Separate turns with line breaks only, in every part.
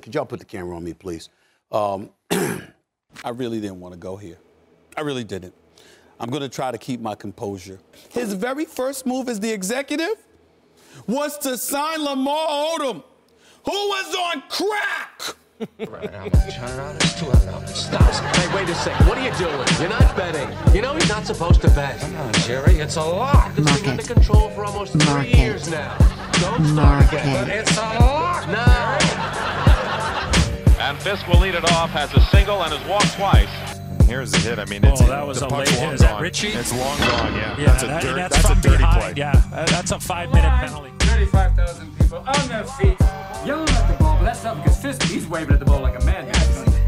Could y'all put the camera on me, please? Um, I really didn't want to go here. I really didn't. I'm going to try to keep my composure. His very first move as the executive was to sign Lamar Odom, who was on crack.
Right now, I'm gonna turn it on. It's two hundred dollars. Hey, wait a sec. What are you doing? You're not betting. You know he's not supposed to bet. Come on, Jerry. It's a lock. It's been under
Market.
control for almost
Market.
three years now. Don't start again.
Market.
it's a lock. No.
And Fisk will lead it off, has a single and has walked twice.
Here's the hit. I mean, it's
Oh, that was
the
a
puck's
late
long
hit. Is that
gone.
Richie?
It's long gone. Yeah,
Yeah,
that's a
that-
dirt,
that's
that's, a
from
dirty
behind.
play.
Yeah, uh, that's a five-minute penalty.
35,000 people on their feet, yelling at the ball, but that's nothing because Fisk, he's waving at the ball like a madman.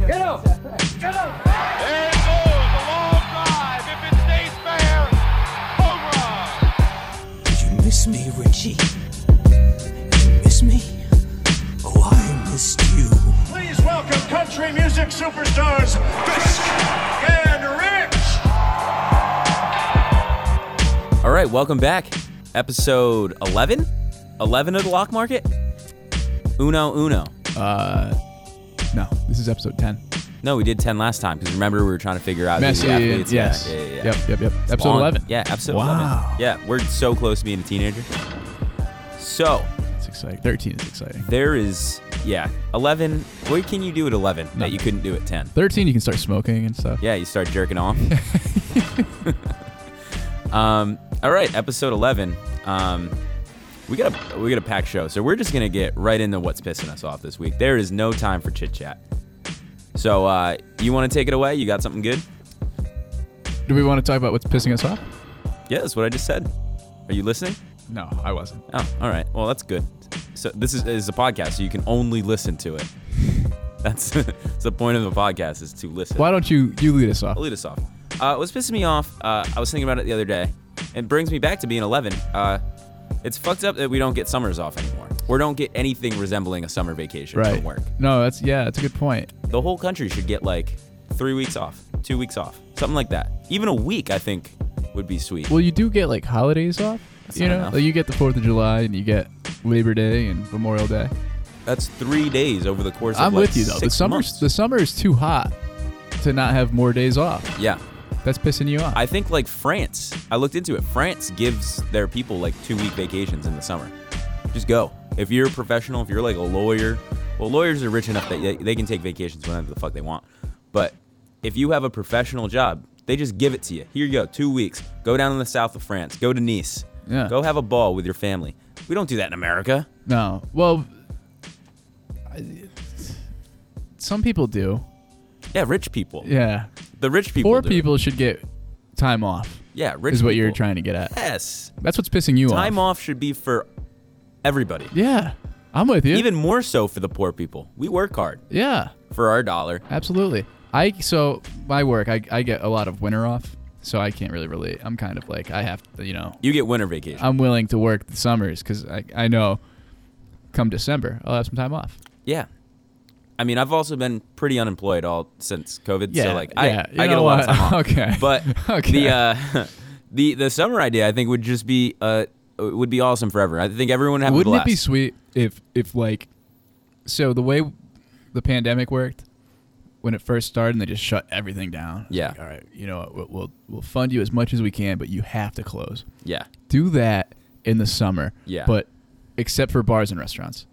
Get over! Get over!
There it goes, a long drive. If it stays fair, home run.
You miss me, Richie. You miss me? Oh, I missed you.
Please welcome country music superstars Fisk and Rich.
All right, welcome back. Episode 11? 11 of the Lock Market? Uno, uno.
Uh, No, this is episode 10.
No, we did 10 last time because remember we were trying to figure out who
Messi,
the athletes
yes.
Yeah, yeah, yeah.
Yep, yep, yep. Episode
Long-
11.
Yeah, episode
Wow.
11. Yeah, we're so close to being a teenager. So,
It's exciting. 13 is exciting.
there is, yeah, 11. What can you do at 11 that
Nothing.
you couldn't do at 10?
13, you can start smoking and stuff.
Yeah, you start jerking off. um, all right, episode eleven. Um, we got a we got a packed show, so we're just gonna get right into what's pissing us off this week. There is no time for chit chat. So uh, you want to take it away? You got something good?
Do we want to talk about what's pissing us off?
Yeah, that's what I just said. Are you listening?
No, I wasn't.
Oh, all right. Well, that's good. So this is, is a podcast, so you can only listen to it. That's, that's the point of the podcast is to listen.
Why don't you you lead us off?
I'll lead us off. Uh, what's pissing me off, uh, I was thinking about it the other day, and brings me back to being 11. Uh, it's fucked up that we don't get summers off anymore. We don't get anything resembling a summer vacation
Right.
from work.
No, that's yeah, that's a good point.
The whole country should get like three weeks off, two weeks off, something like that. Even a week, I think, would be sweet.
Well, you do get like holidays off.
That's
you
not
know,
enough.
Like, you get the Fourth of July and you get Labor Day and Memorial Day.
That's three days over the course of
I'm
like,
with you though. The
six
summer's
months.
the summer is too hot to not have more days off.
yeah.
That's pissing you off.
I think like France, I looked into it. France gives their people like two week vacations in the summer. Just go. If you're a professional, if you're like a lawyer, well, lawyers are rich enough that they- they can take vacations whenever the fuck they want. But if you have a professional job, they just give it to you. Here you go, two weeks. Go down in the south of France. Go to Nice.
Yeah.
Go have a ball with your family. We don't do that in America.
no. Well, I- some people do.
Yeah, rich people.
Yeah.
The rich people.
Poor
do it.
people should get time off.
Yeah, rich
is what you're
people.
trying to get at.
Yes.
That's what's pissing you
Time
off.
off should be for everybody.
Yeah, I'm with you.
Even more so for the poor people. We work hard.
yeah,
for our dollar.
absolutely. I so my work, I, I get a lot of winter off, so I can't really relate. I'm kind of like I have to, you know,
You get winter vacation.
I'm willing to work the summers because I I know, come December I'll have some time off.
yeah. I mean, I've also been pretty unemployed all since COVID.
Yeah,
so like,
yeah. You
I, I get
know
a lot of
what?
time off.
Okay.
But
Okay.
the uh, the the summer idea, I think, would just be uh would be awesome forever. I think everyone would have a
Wouldn't it be
blast.
sweet if if like, so the way the pandemic worked when it first started and they just shut everything down. It's
Yeah.
like, all right, you know what, we'll- we'll we'll fund you as much as we can, but you have to close.
yeah.
do that in the summer.
Yeah.
But except for bars and restaurants,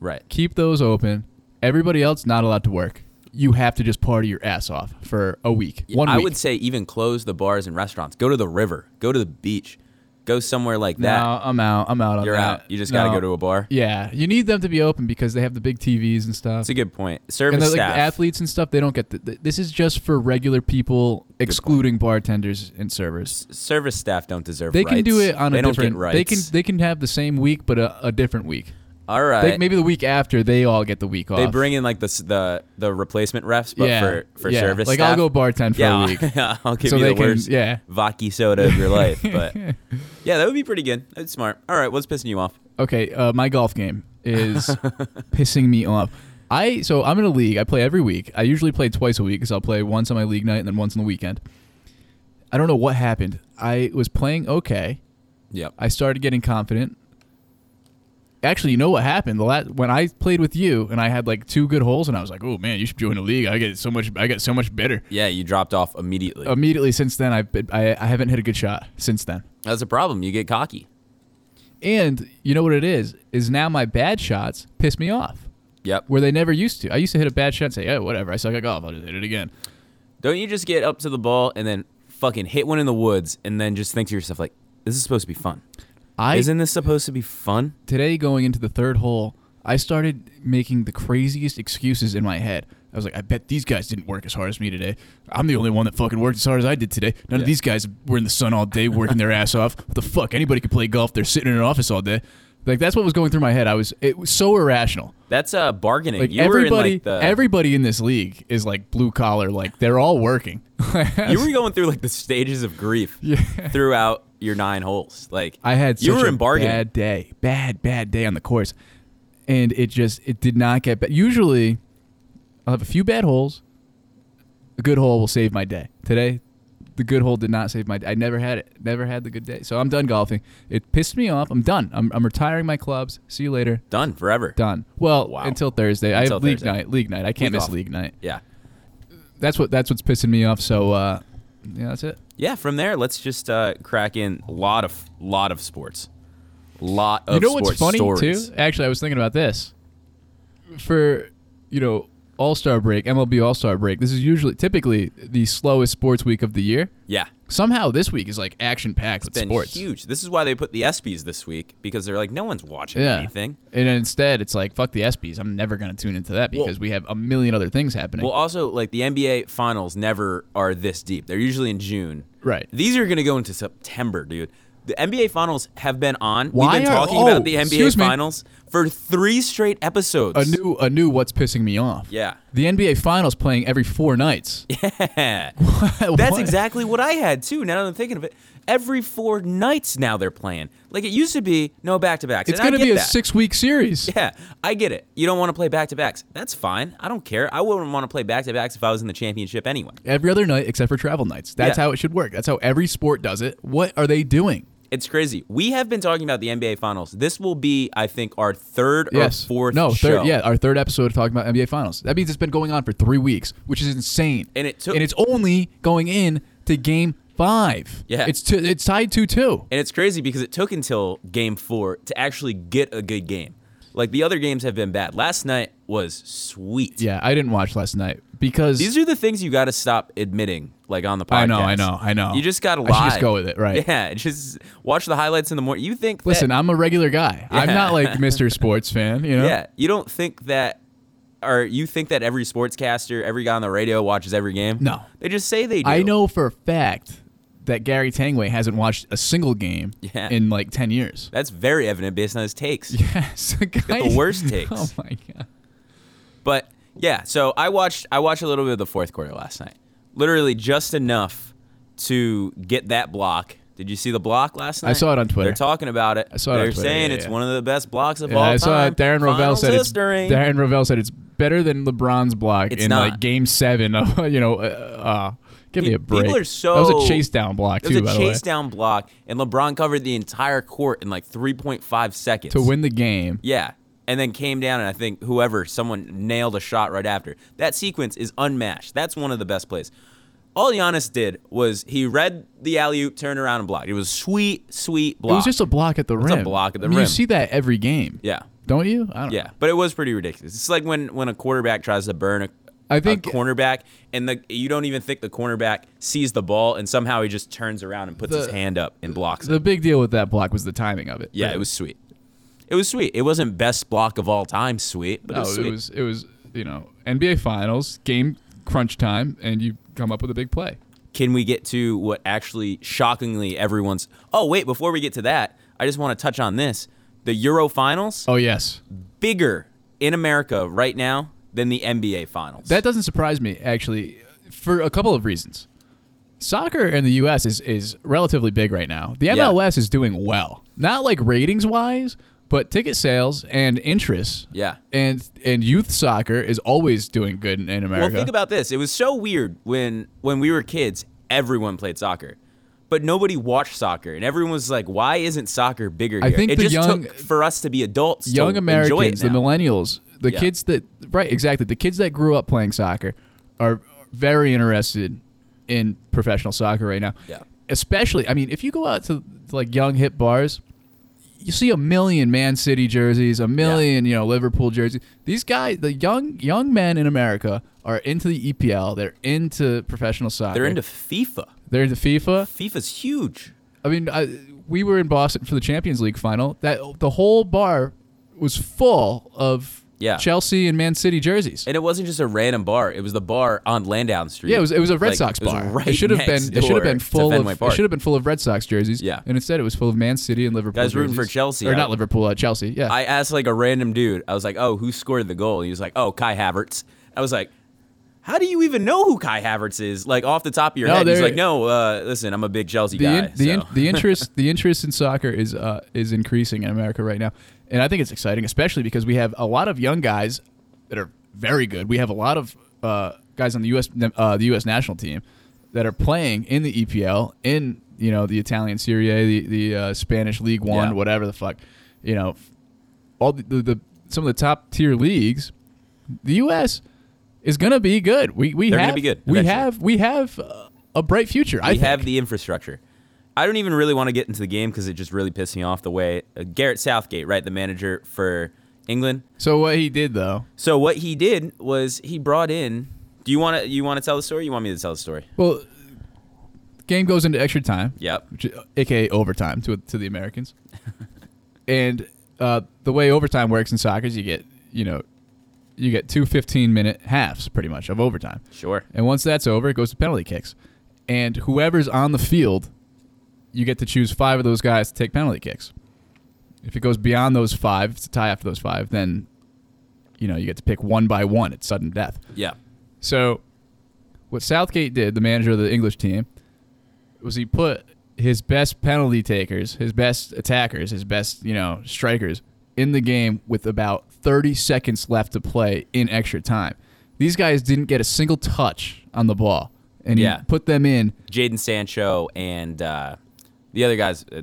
Right.
keep those open. Everybody else not allowed to work. You have to just party your ass off for a week. One
I
week.
would say even close the bars and restaurants. Go to the river. Go to the beach. Go somewhere like that.
no, I'm out. I'm out on
You're
that.
out. You just gotta
No.
go to a bar.
Yeah, you need them to be open because they have the big TVs and stuff.
That's a good point.
and
Service
the, like, the
staff.
athletes and stuff, they don't get the, th this. Is just for regular people, excluding bartenders and servers.
service staff don't deserve.
They can do
rights.
it on
they
a
don't
different.
Get rights.
They can they can have the same week, but a, a different week.
All right.
Like maybe the week after, they all get the week off.
They bring in like the s- the the replacement refs, but for for
yeah.
service.
Like
staff.
I'll go bartend for
yeah,
a week.
I'll give
So
you
they
the
can-
worst
yeah.
vodka soda of your life. But yeah, that would be pretty good. That's smart. All right, what's pissing you off?
Okay, uh, my golf game is pissing me off. I so I'm in a league. I play every week. I usually play twice a week because I'll play once on my league night and then once on the weekend. I don't know what happened. I was playing okay.
Yep.
I started getting confident. actually, you know what happened? The last when I played with you and I had like two good holes, and I was like, "Oh man, you should join a league. I get so much. I get so much better."
Yeah, you dropped off immediately.
Immediately since then, I've been, I I haven't hit a good shot since then.
That's a problem. You get cocky.
And you know what it is? Is now my bad shots piss me off
Yep.
where they never used to. I used to hit a bad shot and say, "Oh, whatever. I suck at golf. I'll just hit it again."
Don't you just get up to the ball and then fucking hit one in the woods and then just think to yourself like, this is supposed to be fun.
I
Isn't this supposed to be fun?
today going into the third hole, I started making the craziest excuses in my head. I was like, I bet these guys didn't work as hard as me today. I'm the only one that fucking worked as hard as I did today. None of these guys were in the sun all day working their ass off. What the fuck? Anybody could play golf. They're sitting in an office all day. Like that's what was going through my head. I was it was so irrational.
That's uh, bargaining.
Like
you
everybody,
were in like the
everybody in this league is like blue collar. Like they're all working.
you were going through like the stages of grief throughout your nine holes. Like
I had such
you were
a
in bargaining.
bad day, bad bad day on the course, and it just it did not get better. Usually, I'll have a few bad holes. A good hole will save my day. Today, the good hole did not save my. day. I never had it. Never had the good day. So I'm done golfing. It pissed me off. I'm done. I'm, I'm retiring my clubs. See you later.
Done forever.
Done. Well,
Wow.
until Thursday. I
Until
have league
Thursday.
night. League night. I can't
Week
miss
off.
league night.
Yeah.
That's what that's what's pissing me off. So uh, yeah, that's it.
Yeah. From there, let's just uh, crack in a lot of lot of sports. Lot of
you know
sports
what's funny
stories.
too? Actually, I was thinking about this for you know All Star break, MLB All Star break. This is usually typically the slowest sports week of the year.
Yeah.
Somehow this week is like action packed with
Been
sports.
huge. This is why they put the ESPYS this week because they're like no one's watching
Yeah.
anything.
And instead, it's like fuck the ESPYS. I'm never gonna tune into that because we have a million other things happening.
Well, also like the NBA finals never are this deep. They're usually in June.
Right.
These are gonna go into September, dude. The NBA finals have been on.
Why
We've been
are-
talking
oh,
about the NBA
excuse me.
finals for three straight episodes.
a new a new what's pissing me off.
Yeah.
The NBA Finals playing every four nights.
That's
What?
exactly what I had too. Now that I'm thinking of it, every four nights now they're playing. Like it used to be no back to backs.
It's gonna be a
that.
six week series.
Yeah, I get it. You don't want to play back to backs. That's fine. I don't care. I wouldn't want to play back to backs if I was in the championship anyway.
Every other night except for travel nights. That's
Yeah.
how it should work. That's how every sport does it. What are they doing?
It's crazy. We have been talking about the NBA finals. This will be, I think, our third
yes.
or fourth
no,
show.
third, yeah, our third episode talking about NBA Finals. That means it's been going on for three weeks, which is insane.
And it took-
and it's only going in to game five.
Yeah.
it's t- it's tied two two.
And it's crazy because it took until game four to actually get a good game. Like the other games have been bad. Last night was sweet.
Yeah, I didn't watch last night because
These are the things you got to stop admitting, like on the podcast.
I know, I know, I know.
You just got to
I
lie.
should just go with it, right.
Yeah, just watch the highlights in the morning. You think?
listen,
that,
I'm a regular guy. I'm
Yeah.
not like Mr. Sports fan, you know.
yeah, you don't think that, or you think that every sportscaster, every guy on the radio watches every game?
No.
they just say they do.
I know for a fact that Gary Tangway hasn't watched a single game
Yeah.
in like ten years.
That's very evident based on his takes.
Yes, the, guy,
the worst takes.
Oh my god!
But yeah, so I watched I watched a little bit of the fourth quarter last night. Literally just enough to get that block. Did you see the block last night?
saw it on Twitter.
They're talking about it. I
saw it on
They're
Twitter,
saying
yeah,
it's
yeah.
one of the best blocks of
Yeah,
all
I saw
time.
it. Darren Rovell
Finals
said it's
history.
Darren Rovell said it's better than LeBron's block
It's
in
not.
like Game Seven. Of, you know, uh, uh, give me a
People
break.
are so-
that was a chase down block
It
too,
was
by
a
the way,
chase down block, and LeBron covered the entire court in like 3.5 seconds
to win the game.
Yeah. And then came down, and I think whoever, someone nailed a shot right after. That sequence is unmatched. That's one of the best plays. All Giannis did was he read the alley oop, turned around, and blocked. It was sweet, sweet block.
It was just a block at the
a
rim.
block at the
I mean,
rim.
You see that every game.
Yeah.
Don't you? I don't
Yeah, but it was pretty ridiculous. It's like when when a quarterback tries to burn a,
I think-
a cornerback, and the you don't even think the cornerback sees the ball, and somehow he just turns around and puts
The-
his hand up and blocks
The
it.
big deal with that block was the timing of it.
Yeah,
Right.
it was sweet. It was sweet. It wasn't best block of all time, sweet, but it
No,
was sweet.
it was. It was. You know, NBA Finals game crunch time, and you come up with a big play.
can we get to what actually shockingly everyone's oh wait before we get to that i just want to touch on this the euro finals
Oh yes.
bigger in america right now than the nba finals
That doesn't surprise me actually, for a couple of reasons. Soccer in the U.S. is is relatively big right now. The MLS is doing well, not like ratings wise, but ticket sales and interest.
Yeah.
and and youth soccer is always doing good in, in America.
well think about this it was so weird when when we were kids everyone played soccer but nobody watched soccer, and everyone was like, "Why isn't soccer bigger?"
I
here?"
think
it
the
just
young-
took for us to be adults, to
young
enjoy it
Americans, the
now.
millennials, the
Yeah.
kids that right exactly the kids that grew up playing soccer are very interested in professional soccer right now.
Yeah.
Especially, I mean, if you go out to like young hip bars, you see a million Man City jerseys, a million you know Liverpool jerseys. These guys, the young young men in America, are into the EPL. They're into professional soccer.
They're into FIFA.
they're into FIFA.
FIFA's huge.
I mean, I, we were in Boston for the Champions League final. That the whole bar was full of
Yeah.
Chelsea and Man City jerseys.
And it wasn't just a random bar; it was the bar on Landown Street.
yeah, it was, it was a Red
Like,
Sox
it was
bar.
Right
it should have
next
been it should have
door
been
to
full
Fenway
of it
Park.
should have been full of Red Sox jerseys.
Yeah.
and instead it was full of Man City and Liverpool.
Guys rooting for
jerseys.
Chelsea,
or
I-
not Liverpool, uh, Chelsea. Yeah,
I asked like a random dude. I was like, "Oh, who scored the goal?" And he was like, "Oh, Kai Havertz." I was like, "How do you even know who Kai Havertz is?" Like off the top of your
No,
head, he's
they're-
like, "No, uh, listen, I'm a big Chelsea
the
guy."
in, the, in,
so.
the interest the interest in soccer is uh, is increasing in America right now, and I think it's exciting, especially because we have a lot of young guys that are very good. We have a lot of uh, guys on the U.S. na- Uh, the U.S. national team that are playing in the EPL, in you know the Italian Serie A, the the uh, Spanish League One,
Yeah.
whatever the fuck, you know, all the, the, the some of the top tier leagues, the U.S. is gonna be good. We we
They're
have
gonna be good
We
eventually.
have we have uh, a bright future. I
we
think.
have the infrastructure. I don't even really want to get into the game because it just really pissed me off the way uh, Garrett Southgate, right, the manager for England.
so what he did though.
So what he did was he brought in. Do you want to you want to tell the story? You want me to tell the story?
Well, game goes into extra time.
Yep.
Which, aka overtime to to the Americans. and uh, the way overtime works in soccer is you get you know you get two 15 minute halves pretty much of overtime.
Sure.
And once that's over, it goes to penalty kicks, and whoever's on the field, you get to choose five of those guys to take penalty kicks. If it goes beyond those five, if it's a tie after those five, then you know you get to pick one by one at sudden death.
Yeah.
So, what Southgate did, the manager of the English team, was he put his best penalty takers, his best attackers, his best you know strikers in the game with about 30 seconds left to play in extra time. These guys didn't get a single touch on the ball, and he
Yeah.
put them in
Jaden Sancho and uh, the other guys. Uh,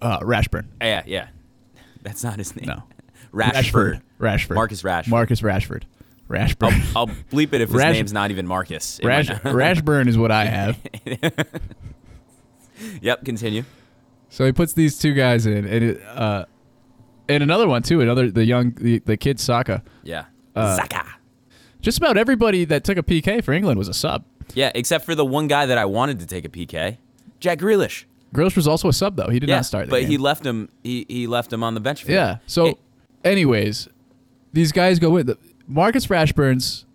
uh, Rashburn.
yeah, yeah. That's not his name.
No.
Rashford.
Rashford.
Marcus Rashford. Oh,
Marcus Rashford. Rashburn.
I'll, I'll bleep it if his
Rash-
name's not even Marcus. It
Rash,
might not-
Rashburn is what I have.
yep. Continue.
So he puts these two guys in, and it, uh, and another one too. Another the young the, the kid Saka.
Yeah.
Uh,
Saka.
Just about everybody that took a PK for England was a sub.
Yeah, except for the one guy that I wanted to take a PK, Jack Grealish.
Grealish was also a sub though. He did
Yeah,
not start. The
but
game.
he left him. He, he left him on the bench. For
yeah.
him.
So,
Hey,
anyways, these guys go in. The, Marcus Rashburn's.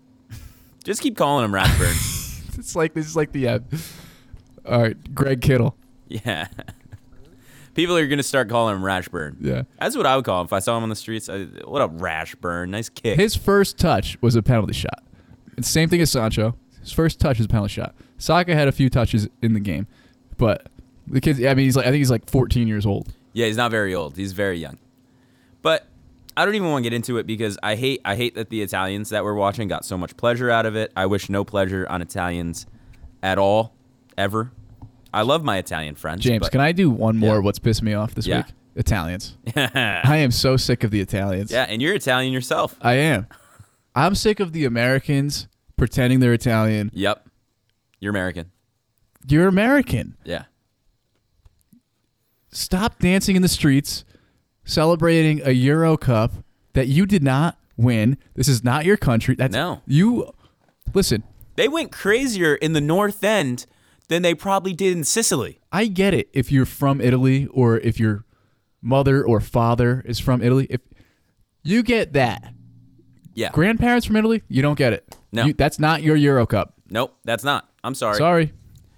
just keep calling him Rashford.
It's like this is like the. Uh, all right, Greg Kittle.
yeah, people are gonna start calling him Rashburn.
Yeah.
that's what I would call him if I saw him on the streets. I, what up, Rashburn? Nice kick.
His first touch was a penalty shot. It's the same thing as Sancho. His first touch is a penalty shot. Saka had a few touches in the game, but the kids. I mean, he's like I think he's like 14 years old.
Yeah, he's not very old. He's very young. But I don't even want to get into it because I hate I hate that the Italians that we're watching got so much pleasure out of it. I wish no pleasure on Italians at all, ever. I love my Italian friends.
James,
but-
can I do one more?
Yeah.
What's pissing me off this
Yeah.
week? Italians. I am so sick of the Italians.
Yeah, and you're Italian yourself.
I am. I'm sick of the Americans pretending they're Italian.
Yep. You're American.
You're American.
Yeah.
Stop dancing in the streets, celebrating a Euro Cup that you did not win. This is not your country. That's
No.
You listen.
They went crazier in the North End than they probably did in Sicily.
I get it if you're from Italy or if your mother or father is from Italy. If you get that,
Yeah.
grandparents from Italy, you don't get it.
No.
You- that's not your Euro Cup.
Nope, that's not. I'm sorry.
Sorry.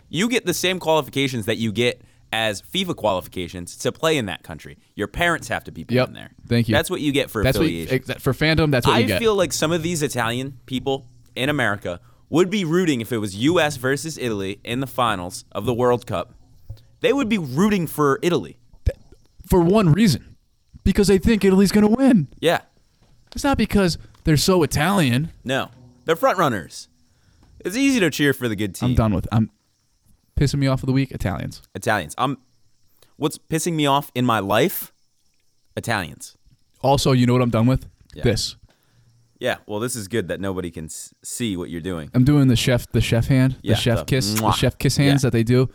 You get the same qualifications that you get as FIFA qualifications to play in that country. Your parents have to be born
Yep.
there.
Thank you.
That's what you get for
That's what you,
affiliation.
exa- for fandom. That's what you
I
get.
feel like some of these Italian people in America would be rooting if it was US versus Italy in the finals of the World Cup. They would be rooting for Italy.
for one reason, because they think Italy's going to win.
Yeah.
It's not because they're so Italian.
No. They're front runners. It's easy to cheer for the good team.
I'm done with. I'm Pissing me off of the week, Italians.
Italians. I'm. What's pissing me off in my life? Italians.
Also, you know what I'm done with? This.
Yeah. Well, this is good that nobody can s- see what you're doing.
I'm doing the chef, the chef hand,
Yeah,
the chef
the
kiss, the
mwah.
chef kiss hands
Yeah.
that they do.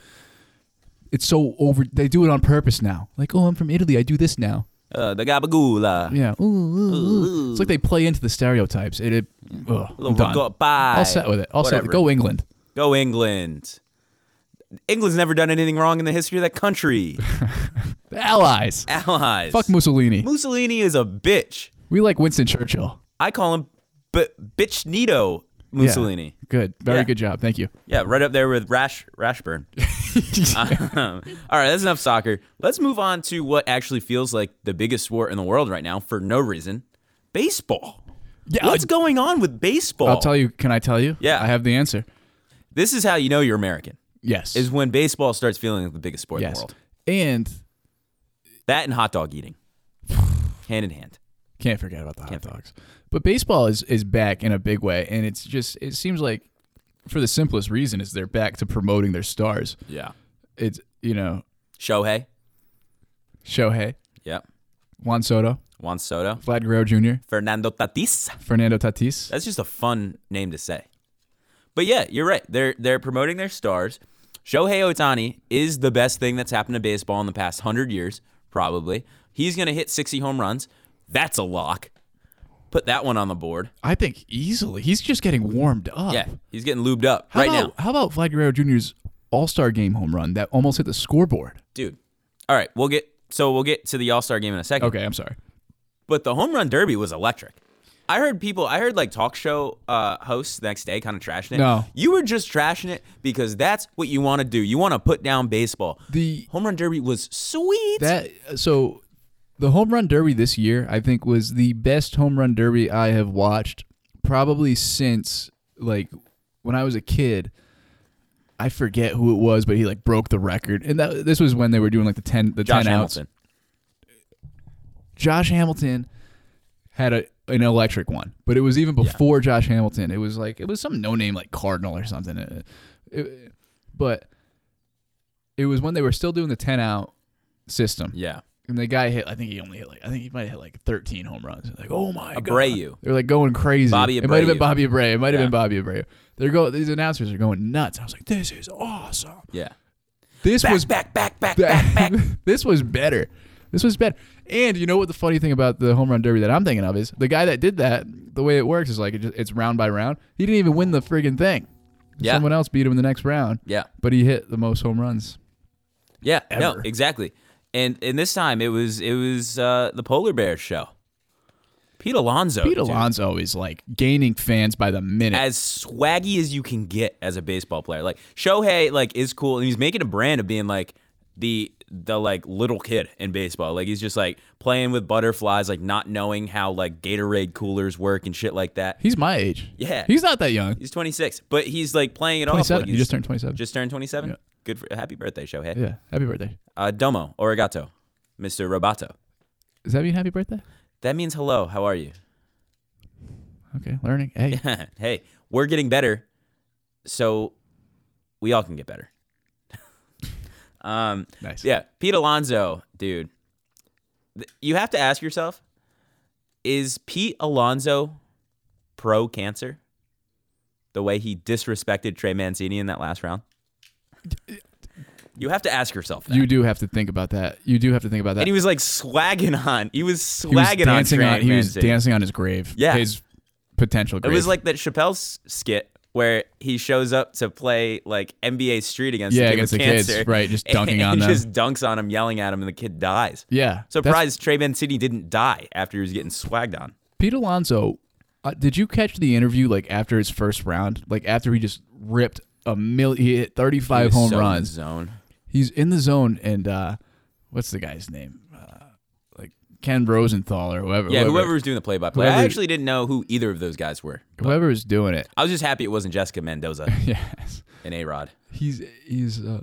It's so over. They do it on purpose now. Like, oh, I'm from Italy. I do this now.
Uh, the gabagoula.
Yeah. Ooh, ooh, ooh. It's like they play into the stereotypes. It. it ugh, I'm
Little
done.
goodbye.
All set with it. All set.
Whatever.
Go England.
Go England. England's never done anything wrong in the history of that country.
The allies.
Allies.
Fuck Mussolini.
Mussolini is a bitch.
we like Winston Churchill.
I call him b- bitch Nito
Yeah.
Mussolini.
Good. Very
Yeah.
good job. Thank you.
Yeah. right up there with Rash Rashburn. Um, all right, that's enough soccer. Let's move on to what actually feels like the biggest sport in the world right now for no reason baseball.
Yeah,
What's
I-
going on with baseball?
I'll tell you. Can I tell you?
Yeah.
I have the answer.
This is how you know you're American,
Yes.
is when baseball starts feeling like the biggest sport in the
yes.
world.
And
That and hot dog eating, hand in hand.
Can't forget about the hot
Can't forget.
dogs. But baseball is is back in a big way, and it's just it seems like for the simplest reason is they're back to promoting their stars.
Yeah.
It's you know
Shohei.
Shohei,
Yep.
Juan Soto,
Juan Soto.
Vlad Guerrero Jr.,
Fernando Tatis.
Fernando Tatis.
That's just a fun name to say. But yeah, you're right. They're they're promoting their stars. Shohei Otani is the best thing that's happened to baseball in the past hundred years, probably. He's gonna hit 60 home runs. That's a lock. Put that one on the board.
I think easily he's just getting warmed up.
Yeah, he's getting lubed up
How
right now.
about, How about Vlad Guerrero Jr.'s All Star Game home run that almost hit the scoreboard?
Dude. All right, we'll get so we'll get to the All Star game in a second.
Okay, I'm sorry.
But the home run derby was electric. I heard people, I heard like talk show uh, hosts the next day kind of trashing it.
No.
You were just trashing it because that's what you want to do. You want to put down baseball.
The
home run derby was sweet.
That so the home run derby this year, I think, was the best home run derby I have watched probably since like when I was a kid. I forget who it was, but he like broke the record, and that this was when they were doing like the ten the
Josh
ten
Hamilton.
outs. Josh Hamilton had a an electric one, but it was even before Josh Hamilton. It was like it was some no name like Cardinal or something. It- it- but it was when they were still doing the ten out system.
Yeah.
And the guy hit. I think he only hit like. I think he might have hit like 13 home runs. Like, oh my god.
Abreu.
They're like going crazy.
Bobby
It might have been
Abreu.
Bobby Abreu. It might have
Yeah.
been Bobby Abreu. They're go. These announcers are going nuts. I was like, this is awesome.
Yeah.
This
Back,
was
back, back, back, back, back.
this was better. This was better. And you know what the funny thing about the home run derby that I'm thinking of is the guy that did that. The way it works is like it just, it's round by round. He didn't even win the friggin' thing.
Yeah.
Someone else beat him in the next round.
Yeah.
But he hit the most home runs.
Yeah. No,
Ever.
exactly. And and this time it was it was uh, the polar bear show. Pete Alonso.
Pete
dude.
Alonso is like gaining fans by the minute.
As swaggy as you can get as a baseball player. Like Shohei like is cool and he's making a brand of being like the the like little kid in baseball. Like he's just like playing with butterflies, like not knowing how like Gatorade coolers work and shit like that.
He's my age.
Yeah.
He's not that young.
He's 26, but he's like playing it off.
27.
Like
He
he's-
just turned 27.
Just turned 27. Good for happy birthday, Shohei.
yeah. Happy birthday.
Uh, domo, origato, Mr. Robato.
Does that mean happy birthday?
That means hello. How are you?
Okay. Learning. Hey.
hey, we're getting better, so we all can get better. um,
Nice.
Yeah, Pete Alonso, dude. Th- You have to ask yourself: Is Pete Alonso pro cancer? The way he disrespected Trey Mancini in that last round. You have to ask yourself that.
You do have to think about that. You do have to think about that.
and he was like swagging on. He was
He was
swagging on
dancing
Trey
He was
Mancini.
dancing on his grave.
Yeah.
His potential grave.
It was like that Chappelle s- skit where he shows up to play like NBA Street against
Yeah,
the kid
against
with
the kids,
cancer,
right, just
and-
dunking on
and
them.
just dunks on him, yelling at him, and the kid dies.
Yeah. That's-
Surprised Trey Mancini didn't die after he was getting swagged on.
Pete Alonso. Uh, did you catch the interview like after his first round? Like after he just ripped a million. He hit 35
He was
home
so in the
runs.
zone.
he's in the zone and uh what's the guy's name uh, like ken rosenthal or whoever
Yeah,
whoever,
whoever was doing the play-by-play. I
whoever-
actually didn't know who either of those guys were.
whoever is doing it
I was just happy it wasn't Jessica Mendoza
yes
and A Rod.
he's he's uh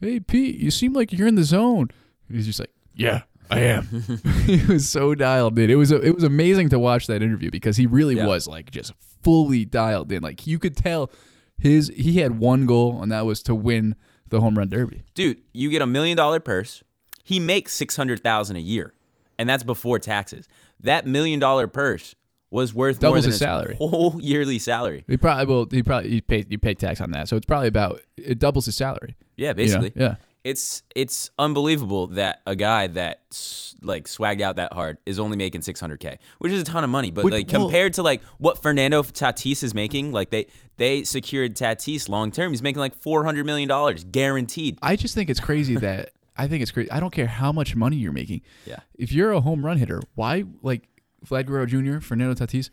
hey pete you seem like you're in the zone And he's just like yeah i am he was so dialed in it was it was amazing to watch that interview because he really
Yeah.
was like just fully dialed in like you could tell his he had one goal and that was to win the home run derby.
dude you get a million dollar purse he makes 600000 a year and that's before taxes that million dollar purse was worth more
Doubles
than
his salary.
whole yearly salary
He probably will. He probably you pay you pay tax on that, so it's probably about it doubles his salary. you
yeah
know?
basically
Yeah.
it's it's unbelievable that a guy that s- like swagged out that hard is only making 600k which is a ton of money but
Which-
like
well-
compared to like what Fernando Tatis is making like they they secured Tatis long term he's making like 400 million dollars guaranteed
I just think it's crazy that I think it's crazy. I don't care how much money you're making.
Yeah.
If you're a home run hitter, why like Vlad Guerrero Jr., Fernando Tatis,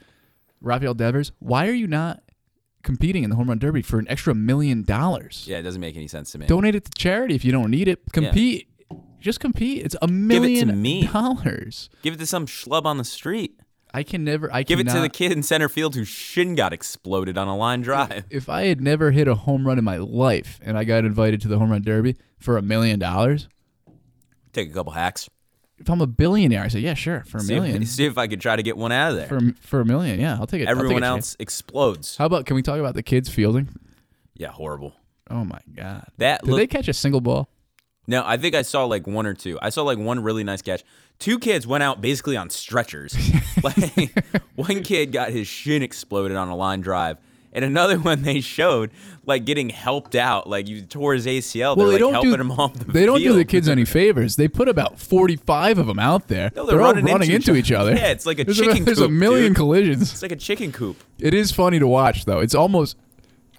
Rafael Devers, why are you not competing in the home run derby for an extra million dollars?
yeah it doesn't make any sense to me
Donate it to charity if you don't need it. Compete. Just compete. It's a
it to
million
me.
dollars.
give it to some schlub on the street
I can never. I
Give it to the
cannot-
kid in center field whose shin got exploded on a line drive.
If I had never hit a home run in my life and I got invited to the home run derby for a million dollars,
Take a couple hacks.
if I'm a billionaire, I say, yeah, sure, for a
See
million.
if, see if I could try to get one out of there.
For, for a million, yeah, I'll take it. I'll take
Everyone
a chance.
else explodes.
How about can we talk about the kids fielding?
Yeah, horrible.
Oh my god.
That
Did
look-
they catch a single ball?
No, I think I saw like one or two. I saw like one really nice catch. Two kids went out basically on stretchers. like one kid got his shin exploded on a line drive. And another one they showed like getting helped out, like you tore his ACL. oh, They're like helping him off the
They don't do the
field.
kids any favors. They put about 45 of them out there.
No,
they're,
they're
all
running
running,
into
into,
each
each
other.
other.
Yeah, it's like a
there's
chicken
A, there's a
coop,
million
dude.
collisions.
It's like a chicken coop.
It is funny to watch though. It's almost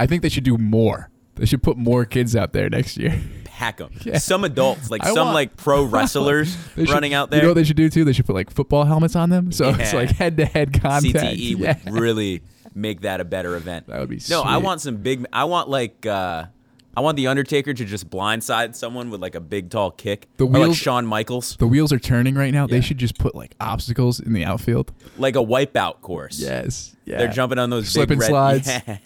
I think they should do more. They should put more kids out there next year.
Hack them. Some adults, like
I
some
want-
like pro wrestlers
They should-
running out there.
You know what they should do too? They should put like football helmets on them. So it's
Yeah.
like head to head contact.
CTE
Yeah.
E would really make that a better event. That
would be
No, I
sweet.
want some big. I want like. uh I want the Undertaker to just blindside someone with like a big tall kick,
The
or like
wheels-
Shawn Michaels,
The wheels are turning right now.
Yeah.
They should just put like obstacles in the outfield.
like a wipeout course.
Yes. Yeah.
they're jumping on those
slip and
big red,
slides.
Yeah.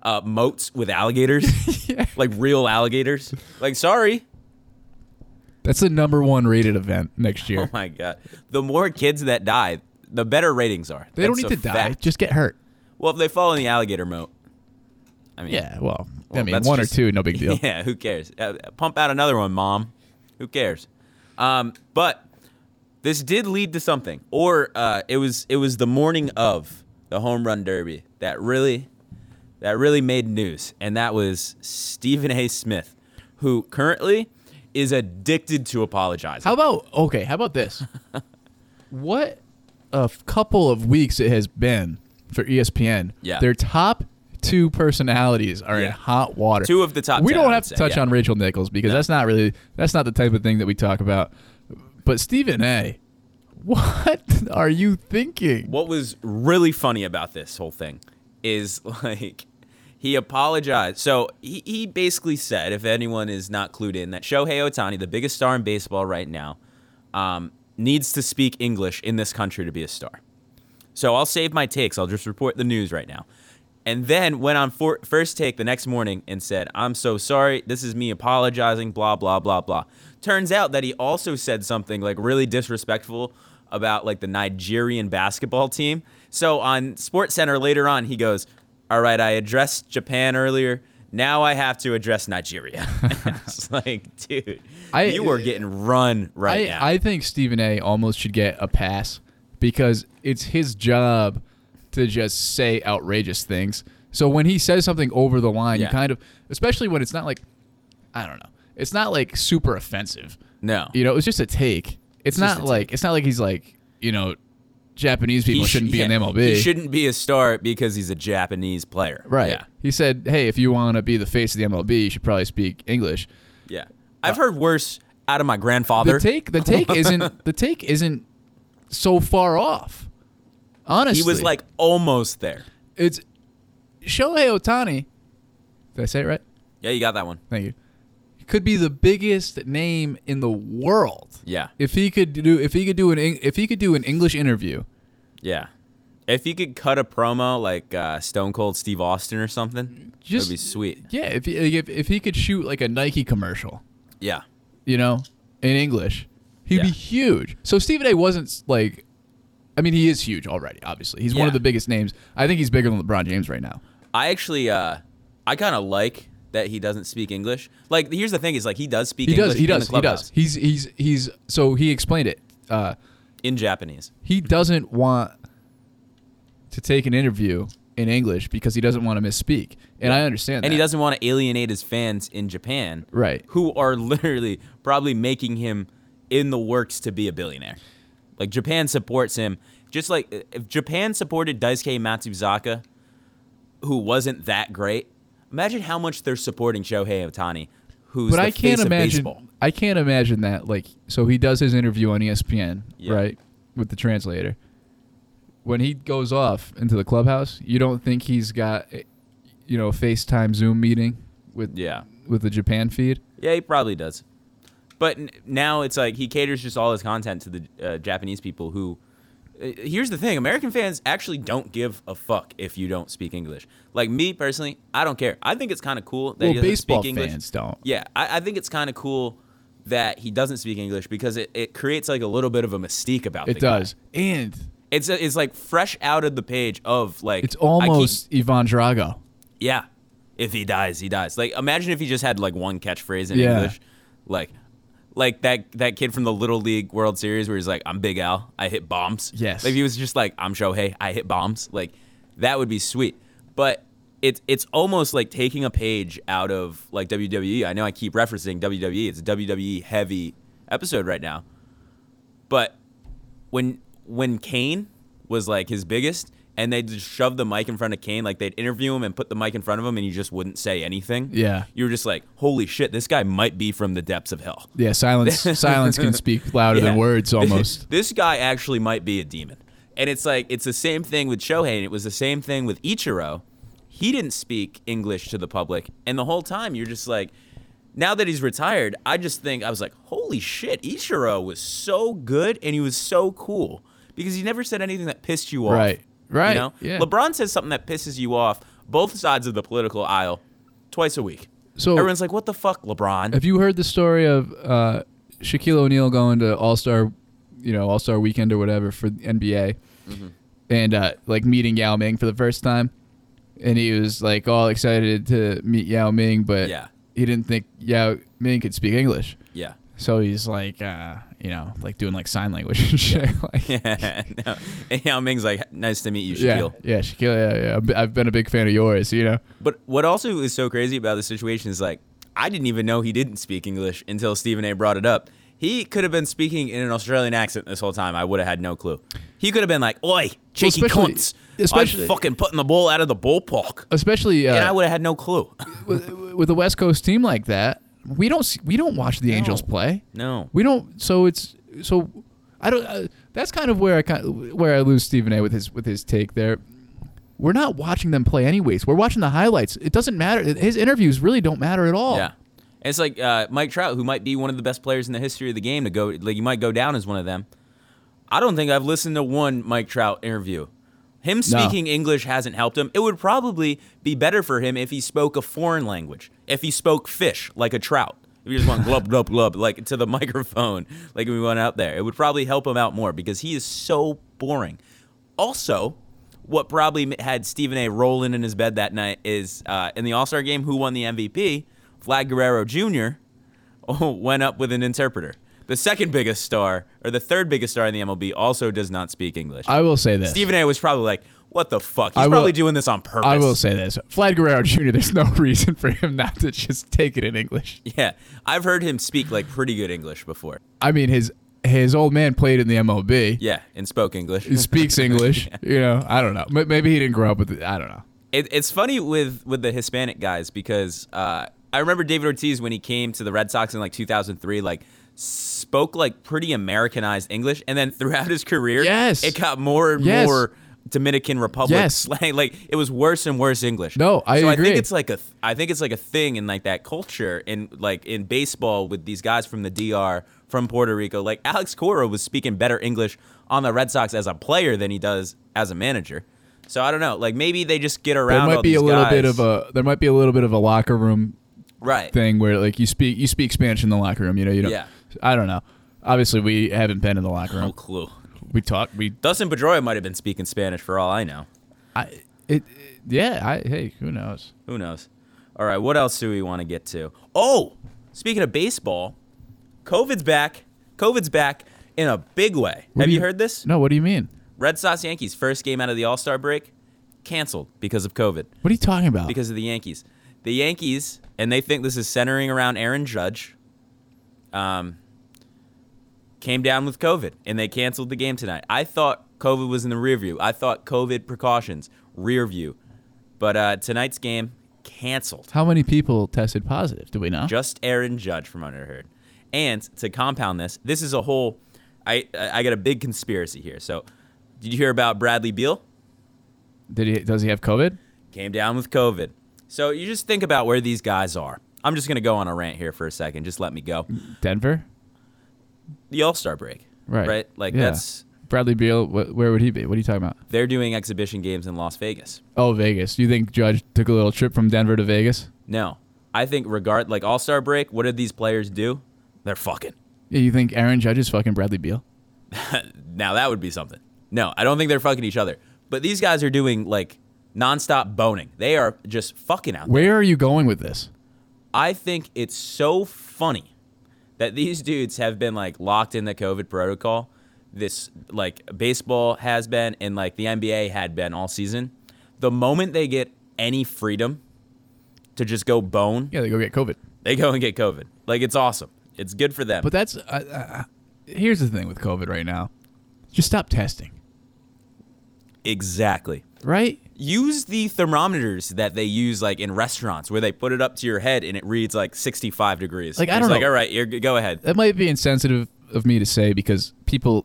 Uh, moats with alligators, like real alligators. Like, sorry,
That's the number one rated event next year.
oh my god. The more kids that die, the better ratings are.
they don't
That's
need
a
to die.
fact.
Just get hurt.
Well, if they fall in the alligator moat, I mean,
Yeah. Well, I
Well,
mean,
that's
one
just-
or two, no big deal.
Yeah, who cares? Uh, pump out another one, mom. Who cares? Um, but this did lead to something, or uh, it was it was the morning of the home run derby that really that really made news, and that was Stephen A. Smith, who currently is addicted to apologizing.
How about okay? How about this? what a f- couple of weeks it has been for E ESPN.
Yeah.
Their top two personalities are in
Yeah.
hot water.
Two of the top
We
10, I
don't
would
have to
say,
touch
yeah.
on Rachel Nichols because that's not really that's not the type of thing that we talk about. But Stephen A. What are you thinking?
what was really funny about this whole thing is like he apologized. So he, he basically said, if anyone is not clued in, that Shohei Otani, the biggest star in baseball right now, um, needs to speak English in this country to be a star. So I'll save my takes. I'll just report the news right now. And then went on for, first take the next morning and said, I'm so sorry. This is me apologizing, blah, blah, blah, blah. Turns out that he also said something like really disrespectful about like the Nigerian basketball team. So on Sports Center later on, he goes, All right, I addressed Japan earlier. Now I have to address Nigeria. it's like, dude,
I-
you are getting run right now.
I, I think Stephen A. almost should get a pass because it's his job to just say outrageous things. So when he says something over the line,
Yeah.
you kind of, especially when it's not like, I don't know, it's not like super offensive.
no.
You know, it's just a take. It's,
just
not
a
like it's not like he's like you know, Japanese people
sh-
shouldn't be in
yeah,
the MLB.
He shouldn't be a star because he's a Japanese player.
right.
Yeah.
He said, hey, if you want to be the face of the MLB, you should probably speak English.
yeah. I've heard worse out of my grandfather.
Uh, the take the take isn't the take isn't so far off. Honestly,
he was like almost there.
it's Shohei Otani. Did I say it right?
Yeah, you got that one.
Thank you. Could be the biggest name in the world.
Yeah.
If he could do if he could do an Eng- if he could do an English interview.
Yeah. If you could cut a promo like uh, Stone Cold Steve Austin or something,
Just-
that'd be sweet.
Yeah, if he, like, if if he could shoot like a Nike commercial,
Yeah.
you know, in English, he'd be
Yeah.
huge. So Stephen A wasn't like I mean, he is huge already, obviously. He's one
Yeah.
of the biggest names. I think he's bigger than LeBron James right now.
I actually, uh, I kind of like that he doesn't speak English. Like here's the thing is like he does speak
He
English
does. He
in
does.
the
He does.
clubhouse,
He's he's he's. So he explained it. Uh,
in Japanese.
he doesn't want to take an interview in English because he doesn't want to misspeak, and I understand.
And
that.
he doesn't want to alienate his fans in Japan.
Right.
Who are literally probably making him in the works to be a billionaire. Like Japan supports him. Just like uh, if Japan supported Daisuke Matsuzaka, who wasn't that great, imagine how much they're supporting Shohei Otani, who's
but
the
I can't
face
imagine.
of baseball.
I can't imagine that. Like, so he does his interview on E ESPN,
Yeah.
right, with the translator. When he goes off into the clubhouse, you don't think he's got, eh, you know, a FaceTime Zoom meeting with
Yeah.
with the Japan feed.
Yeah, he probably does. But n- now it's like he caters just all his content to the uh, Japanese people who. uh, Here's the thing American fans actually don't give a fuck if you don't speak English. Like me personally, I don't care. I think it's kind of cool that
Well,
he doesn't
baseball
speak English.
fans don't.
Yeah, I, I think it's kind of cool that he doesn't speak English because it, it creates like a little bit of a mystique about
It
the guy.
does, and
It's, it's like fresh out of the page of like.
it's
I keep-
almost Ivan Drago.
yeah. If he dies, he dies. Like imagine if he just had like one catchphrase in
Yeah.
English. Like like that that kid from the Little League World Series where he's like, I'm Big Al, I hit bombs.
Yes.
Like if he was just like, I'm Shohei, I hit bombs. Like that would be sweet. But it's it's almost like taking a page out of like WWE. I know I keep referencing WWE. It's a WWE heavy episode right now. But when when Kane was like his biggest, and they just shoved the mic in front of Kane, like they'd interview him and put the mic in front of him, and he just wouldn't say anything.
Yeah.
you were just like, holy shit, this guy might be from the depths of hell.
Yeah, silence. silence can speak louder than
Yeah.
words, almost.
this guy actually might be a demon. And it's like it's the same thing with Shohei, and it was the same thing with Ichiro. He didn't speak English to the public, and the whole time you're just like, now that he's retired, I just think I was like, holy shit, Ichiro was so good and he was so cool because he never said anything that pissed you off.
Right. Right.
You know?
Yeah.
LeBron says something that pisses you off both sides of the political aisle twice a week.
So-
everyone's like, what the fuck, LeBron?
Have you heard the story of uh, Shaquille O'Neal going to All Star, you know, All Star Weekend or whatever for the NBA,
Mm-hmm.
and uh, like meeting Yao Ming for the first time, and he was like all excited to meet Yao Ming, but
Yeah.
he didn't think Yao Ming could speak English,
yeah.
so he's like, uh, you know, like doing like sign language and shit. like, yeah.
no. And Yao Ming's like, nice to meet you,
Yeah,
Shaquille.
yeah, Shaquille. Yeah, yeah. I've been- I've been a big fan of yours. You know,
But what also is so crazy about the situation is like, I didn't even know he didn't speak English until Stephen A. brought it up. He could have been speaking in an Australian accent this whole time. I would have had no clue. He could have been like, "Oi, cheeky
especially-
cunts!
especially-
I'm fucking putting the ball out of the ballpark,"
especially uh,
and I would have had no clue.
with a West Coast team like that, we don't see, we don't watch the Angels play.
No.
we don't. So it's so I don't. Uh, that's kind of where I kind where I lose Stephen A. with his with his take there. We're not watching them play anyways. We're watching the highlights. It doesn't matter. His interviews really don't matter at all.
Yeah. And it's like uh, Mike Trout, who might be one of the best players in the history of the game, to go like you might go down as one of them. I don't think I've listened to one Mike Trout interview. Him speaking English hasn't helped him. It would probably be better for him if he spoke a foreign language, if he spoke fish like a trout. If you just want glub glub glub like to the microphone, like we went out there, it would probably help him out more because he is so boring. Also, what probably m- had Stephen A. rolling in his bed that night is uh, in the All Star game, who won the MVP? Vlad Guerrero Jr. went up with an interpreter. The second biggest star, or the third biggest star in the MLB, also does not speak English.
I will say this.
Stephen A. was probably like, "What the fuck? He's
I will-
probably doing this on purpose."
I will say this. Vlad Guerrero Jr. There's no reason for him not to just take it in English.
Yeah, I've heard him speak like pretty good English before.
I mean, his his old man played in the MLB.
Yeah, and spoke English.
He speaks English. You know, I don't know. M- Maybe he didn't grow up with it. I don't know.
It, it's funny with with the Hispanic guys because uh, I remember David Ortiz when he came to the Red Sox in like 2003, like spoke like pretty Americanized English, and then throughout his career,
Yes.
it got more and
Yes.
more Dominican Republic
Yes.
slang. Like it was worse and worse English.
No, I
so I
agree.
think it's like a th- I think it's like a thing in like that culture in like in baseball with these guys from the DR from Puerto Rico. Like Alex Cora was speaking better English on the Red Sox as a player than he does as a manager. So I don't know. Like maybe they just get around.
There might
all
be
these
a little
guys.
bit of a there might be a little bit of a locker room
right.
thing where like you speak you speak Spanish in the locker room. You know, you don't.
Yeah.
I don't know. Obviously, we haven't been in the locker
No
room.
clue.
We talk. We
Dustin Pedroia might have been speaking Spanish for all I know.
I it, it- yeah. I hey, who knows?
Who knows? All right, what else do we want to get to? Oh, speaking of baseball, COVID's back. COVID's back in a big way.
What
Have
do
you heard this?
No, what do you mean?
Red Sox Yankees first game out of the All Star break canceled because of COVID,
What are you talking about?
because of the Yankees. The Yankees, and they think this is centering around Aaron Judge, um, came down with COVID and they canceled the game tonight. I thought COVID was in the rear view. I thought COVID precautions, rear view. But uh, tonight's game canceled.
How many people tested positive? Do we know?
Just Aaron Judge from Under the Hood. And to compound this, this is a whole. I I I got a big conspiracy here. So, did you hear about Bradley Beal?
Did he? Does he have COVID?
Came down with COVID. So you just think about where these guys are. I'm just gonna go on a rant here for a second. Just let me go.
Denver.
The All Star break.
Right.
Right. Like
Yeah.
that's
Bradley Beal. Wh- where would he be? What are you talking about?
they're doing exhibition games in Las Vegas.
Oh, Vegas. You think Judge took a little trip from Denver to Vegas?
No, I think regard like All Star break. What did these players do? They're fucking.
Yeah, you think Aaron Judge is fucking Bradley Beal?
Now that would be something. No, I don't think they're fucking each other. But these guys are doing like nonstop boning. They are just fucking out. there.
Where are you going with this?
I think it's so funny that these dudes have been like locked in the COVID protocol. This like baseball has been and like the NBA had been all season. The moment they get any freedom to just go bone,
Yeah, they go get COVID.
they go and get COVID. Like it's awesome. It's good for them.
But that's uh, uh, here's the thing with COVID right now. Just stop testing,
exactly.
right?
use the thermometers that they use like in restaurants where they put it up to your head and it reads like 65 degrees.
Like, I
It's
don't
like,
know.
all right, you're, go ahead.
That might be insensitive of me to say because people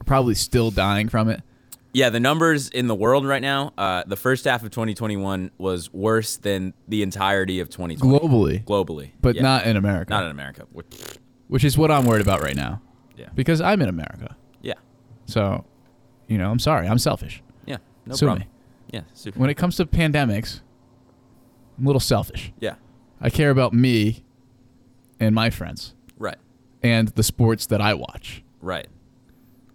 are probably still dying from it.
Yeah, the numbers in the world right now, uh, the first half of 2021 was worse than the entirety of 2020
Globally,
globally,
but
Yeah.
not in America,
not in America. What-
which is what I'm worried about right now.
Yeah.
Because I'm in America,
Yeah.
so you know I'm sorry. I'm selfish.
Yeah. No
Sue
problem.
me.
Yeah. Sue.
When it comes to pandemics, I'm a little selfish.
yeah.
I care about me and my friends
Right.
and the sports that I watch.
Right.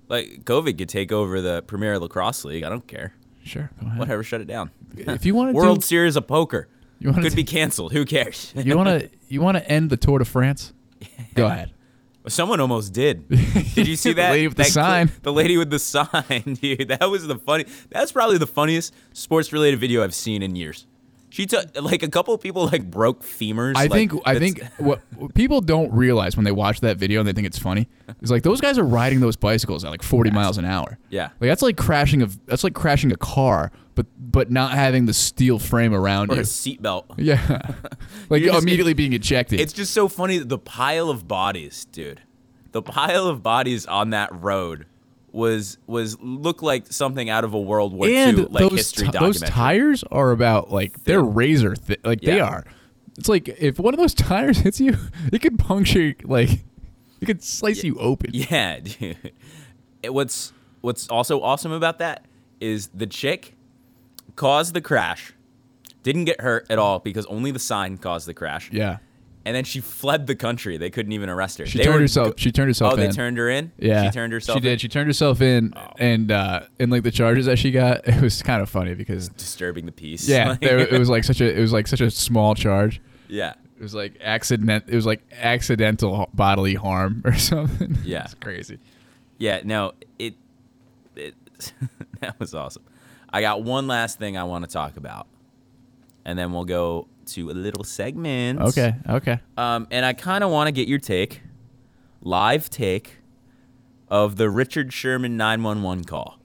Like COVID could take over the Premier Lacrosse League. I don't care.
Sure, go ahead.
Whatever, shut it down.
If you want to
World
do,
Series of Poker
You wanna
could
do-
be canceled. Who cares?
you want to you want to end the Tour de France? Go ahead.
Someone almost did. Did you see
The
that?
lady with the
that clip-
sign.
the lady with the sign, dude. That was the funny. That's probably the funniest sports-related video I've seen in years. She took like a couple of people like broke femurs.
I
like,
think I
that's-
think what, what people don't realize when they watch that video and they think it's funny is like those guys are riding those bicycles at like 40 miles an hour.
Yeah.
like that's like crashing a that's like crashing a car, but but not having the steel frame around
or a
you.
seatbelt.
Yeah, like
You're just-
immediately being ejected.
It's just so funny that the pile of bodies, dude. The pile of bodies on that road was was looked like something out of a World War
and
II like
those
history
ti- those
documentary.
tires are about like they're razor thick. Like they
Yeah.
are. It's like if one of those tires hits you, it could puncture like it could slice you open.
Yeah, dude. It- what's what's also awesome about that is the chick caused the crash, didn't get hurt at all because only the sign caused the crash.
Yeah.
And then she fled the country. They couldn't even arrest her.
She
They
turned
were
herself.
go-
She turned herself.
Oh, they
in.
turned her in.
Yeah,
she turned herself.
She did.
in? Oh.
She turned herself in, and uh, and like the charges that she got, it was kind of funny because
disturbing the peace.
yeah,
Like,
there, it was like such a it was like such a small charge.
yeah,
It was like accident. It was like accidental bodily harm or something.
Yeah.
it's crazy.
yeah. No, it, it that was awesome. I got one last thing I want to talk about, and then we'll go to a little segment.
Okay, okay.
Um, and I kind of want to get your take, live take, of the Richard Sherman 911 call.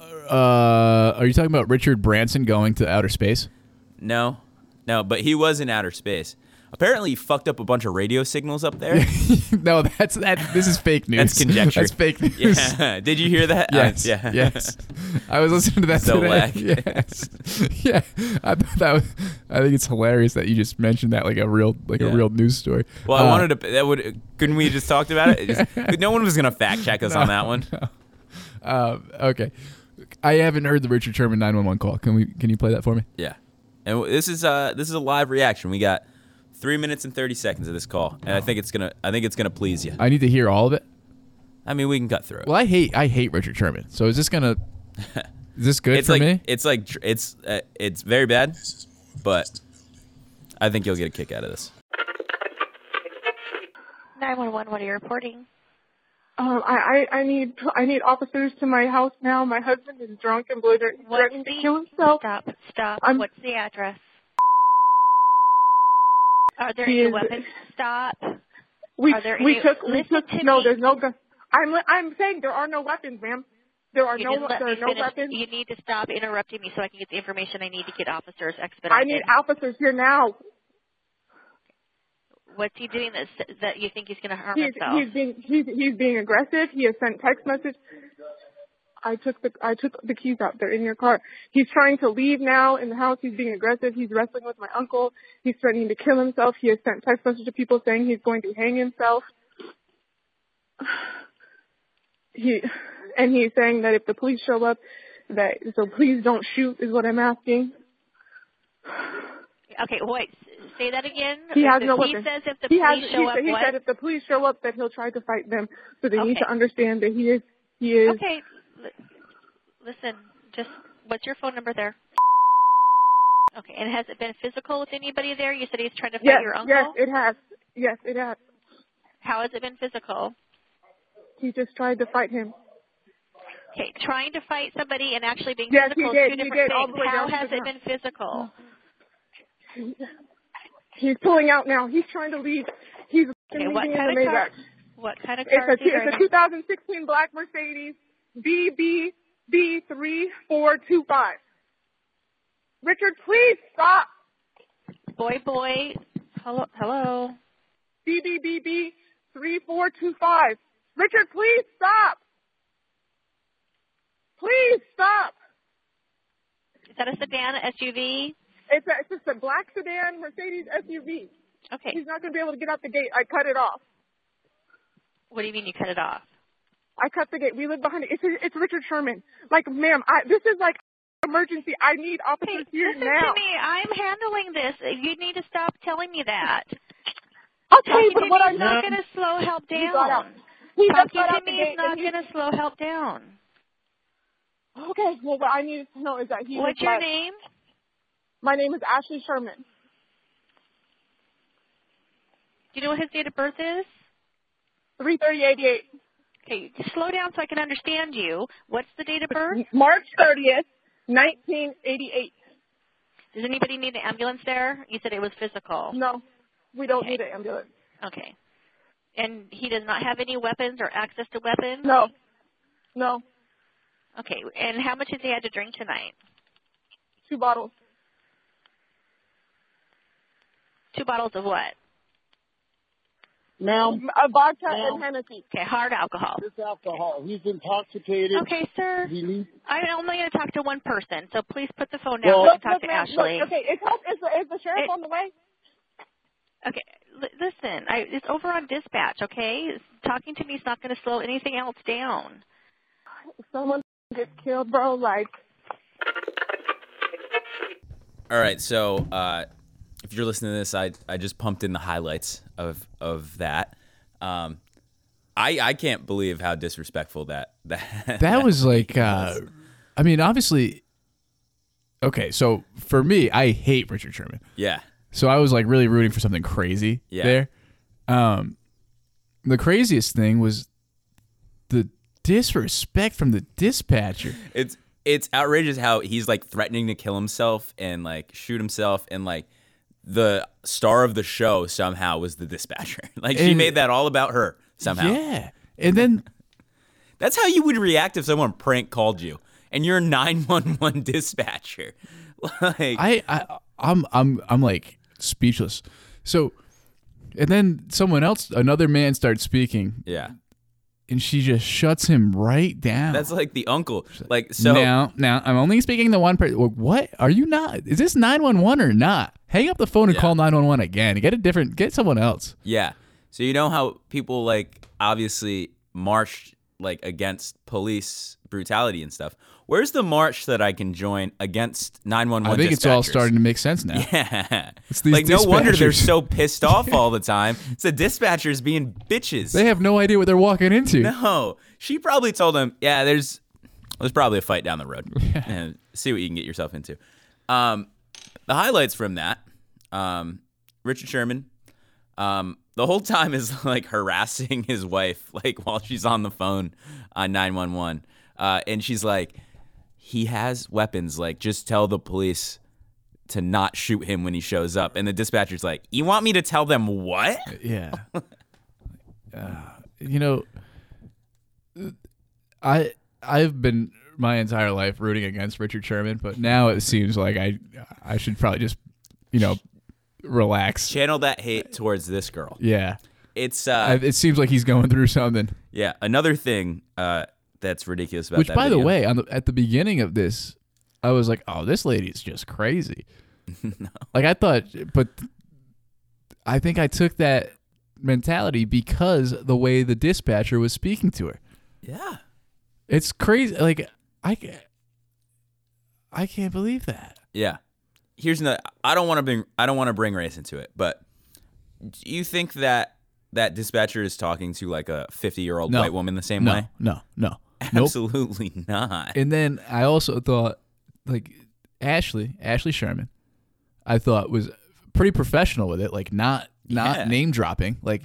Uh, are you talking about Richard Branson going to outer space?
No, no, but he was in outer space. Apparently, he fucked up a bunch of radio signals up there.
no, that's that. This is fake news.
That's conjecture.
That's fake news.
yeah. Did you hear that? Uh,
Yes.
yeah.
Yes. I was listening to that
So
today.
whack.
Yes. Yeah. I thought that was, I think it's hilarious that you just mentioned that like a real like
Yeah.
a real news story.
Well, I
Uh,
wanted to. That would. Couldn't we just talked about it? It just- no one was gonna fact check us on that one.
uh, Okay. I haven't heard the Richard Sherman 911 call. Can we can you play that for me?
Yeah. And w- this is uh this is a live reaction. We got three minutes and thirty seconds of this call, and I think it's gonna I think it's gonna please you.
I need to hear all of it.
I mean, we can cut through it.
Well, I hate I hate Richard Sherman. So is this going to Is this good
it's
for
like
me?
it's like tr- it's uh, it's very bad, but I think you'll get a kick out of this.
911, what are you reporting?
Um, I, I I need I need officers to my house now. My husband is drunk and belligerent. He's
What
threatening
is
to
the-
kill himself.
Stop, stop.
I'm-
What's the address? Are there
He
any
is-
weapons? Stop.
We
Are there
we
any-
took we
listen
took
to
no.
me.
There's no gun. I'm li- I'm saying there are no weapons, ma'am. There are
You
no
didn't let
there
me
are no
finish.
weapons.
You need to stop interrupting me so I can get the information I need to get officers expedited.
I need officers here now.
What's he doing that that you think he's going to harm
He's
himself?
he's being he's he's being aggressive. He has sent text message. I took the I took the keys out. They're in your car. He's trying to leave now in the house. He's being aggressive. He's wrestling with my uncle. He's threatening to kill himself. He has sent text message to people saying he's going to hang himself. He and he's saying that if the police show up, that so please don't shoot is what I'm asking.
okay, wait. s- Say that again.
He
If
has
the-
no
He
weapon.
says if the
he
police
has,
show
he,
up,
said- he
what?
said if the police show up that he'll try to fight them. So they need
Okay.
to understand that he is he is
okay. li- Listen, just what's your phone number there? Okay, and has it been physical with anybody there? You said he's trying to fight
yes,
your uncle.
yes, it has. Yes, it has.
How has it been physical?
He just tried to fight him.
Okay, trying to fight somebody and actually being
Yes, he
physical
did.
is two
He
different
did, all the
things.
way
How
down to
has
the
it been physical?
He's pulling out now. He's trying to leave. He's
Okay,
leaving
what
in
kind
the
of car?
Maybach.
What kind of
It's
car
a,
is he
it's a
driving?
2016 black Mercedes BB B3425. Richard, please stop.
Boy, boy. Hello, hello.
BBBB 3425. Richard, please stop. Please stop.
Is that a sedan, a SUV?
It's, a, it's just a black sedan Mercedes SUV.
Okay.
He's not going to be able to get out the gate. I cut it off.
What do you mean you cut it off?
I cut the gate. We live behind it. It's, it's Richard Sherman. Like, ma'am, I, this is like emergency. I need officers here
Listen
now.
to me. I'm handling this. You need to stop telling me that.
Okay,
Talking
but
to
what
me
I'm
is not
not
going to slow help
He got out.
down.
He just
Talking
got
to
out the
me is
gate.
not
and he-
going to slow help down.
Okay, well, what I need to know is that he. was
What's your
like-
name?
My name is Ashley Sherman.
Do you know what his date of birth is?
33088.
Okay, just slow down so I can understand you. What's the date of birth?
March 30th, 1988.
Does anybody need an ambulance there? You said it was physical.
No, we don't need an ambulance.
Okay. And he does not have any weapons or access to weapons?
No, no,
Okay. And how much has he had to drink tonight?
two bottles.
Two bottles of what?
Ma'am,
A vodka
Ma'am.
and Hennessy.
Okay, hard alcohol.
it's alcohol. He's intoxicated.
Okay, sir.
He needs.
I'm only going to talk to one person, so please put the phone down
Well-
so I
Look,
can talk to
ma'am,
Ashley.
Look, okay, is, help, is, the, is the sheriff
It-
on the way?
Okay, li- listen, I, it's over on dispatch, okay? Talking to me is not going to slow anything else down.
Someone gets killed, bro. Like,
All right, so uh, if you're listening to this, I, I just pumped in the highlights of of that. Um, I I can't believe how disrespectful that that
That was like, uh, I mean, obviously, okay. So for me, I hate Richard Sherman.
yeah
So I was like really rooting for something crazy
Yeah.
there. Um, the craziest thing was the disrespect from the dispatcher.
it's it's outrageous how he's like threatening to kill himself and like shoot himself and like the star of the show somehow was the dispatcher like she
And-
made that all about her somehow
Yeah, and then
that's how you would react if someone prank called you and you're a 911 dispatcher like
I, I I'm I'm I'm like speechless. So, and then someone else, another man, starts speaking,
yeah
and she just shuts him right down.
that's like the uncle like so
now, now I'm only speaking to one person. What are you not? Is this 911 or not? Hang up the phone and
Yeah.
call 911 again. Get a different. Get someone else.
Yeah. So you know how people like obviously marched like against police brutality and stuff. Where's the march that I can join against 911
I think it's all
dispatchers?
starting to make sense now.
Yeah.
It's these
like no wonder they're
dispatchers.
so pissed off all the time. It's the dispatchers being bitches.
They have no idea what they're walking into.
no. She probably told him, "Yeah, there's there's probably a fight down the road. and see what you can get yourself into." Um the highlights from that um Richard Sherman, um, the whole time is like harassing his wife, like while she's on the phone on 911. Uh, and she's like, he has weapons. Like, just tell the police to not shoot him when he shows up. And the dispatcher's like, you want me to tell them what?
Yeah. uh, you know, I I've been my entire life rooting against Richard Sherman, but now it seems like I I should probably just you know relax.
Channel that hate towards this girl.
Yeah.
It's, uh,
I- it seems like he's going through something.
yeah. Another thing uh, that's ridiculous about
Which,
that.
by the
video.
way, on the, at the beginning of this, I was like, "Oh, this lady's just crazy." Like I thought, but I think I took that mentality because the way the dispatcher was speaking to her.
Yeah.
It's crazy. Like I, ca- I can't believe that.
Yeah. Here's another. I don't want to bring. I don't want to bring race into it, but do you think that that dispatcher is talking to like a 50 year old
No.
white woman the same
No,
way?
no, no. Nope.
Absolutely not.
And then I also thought, like Ashley, Ashley Sherman, I thought was pretty professional with it, like not not
Yeah.
name dropping. Like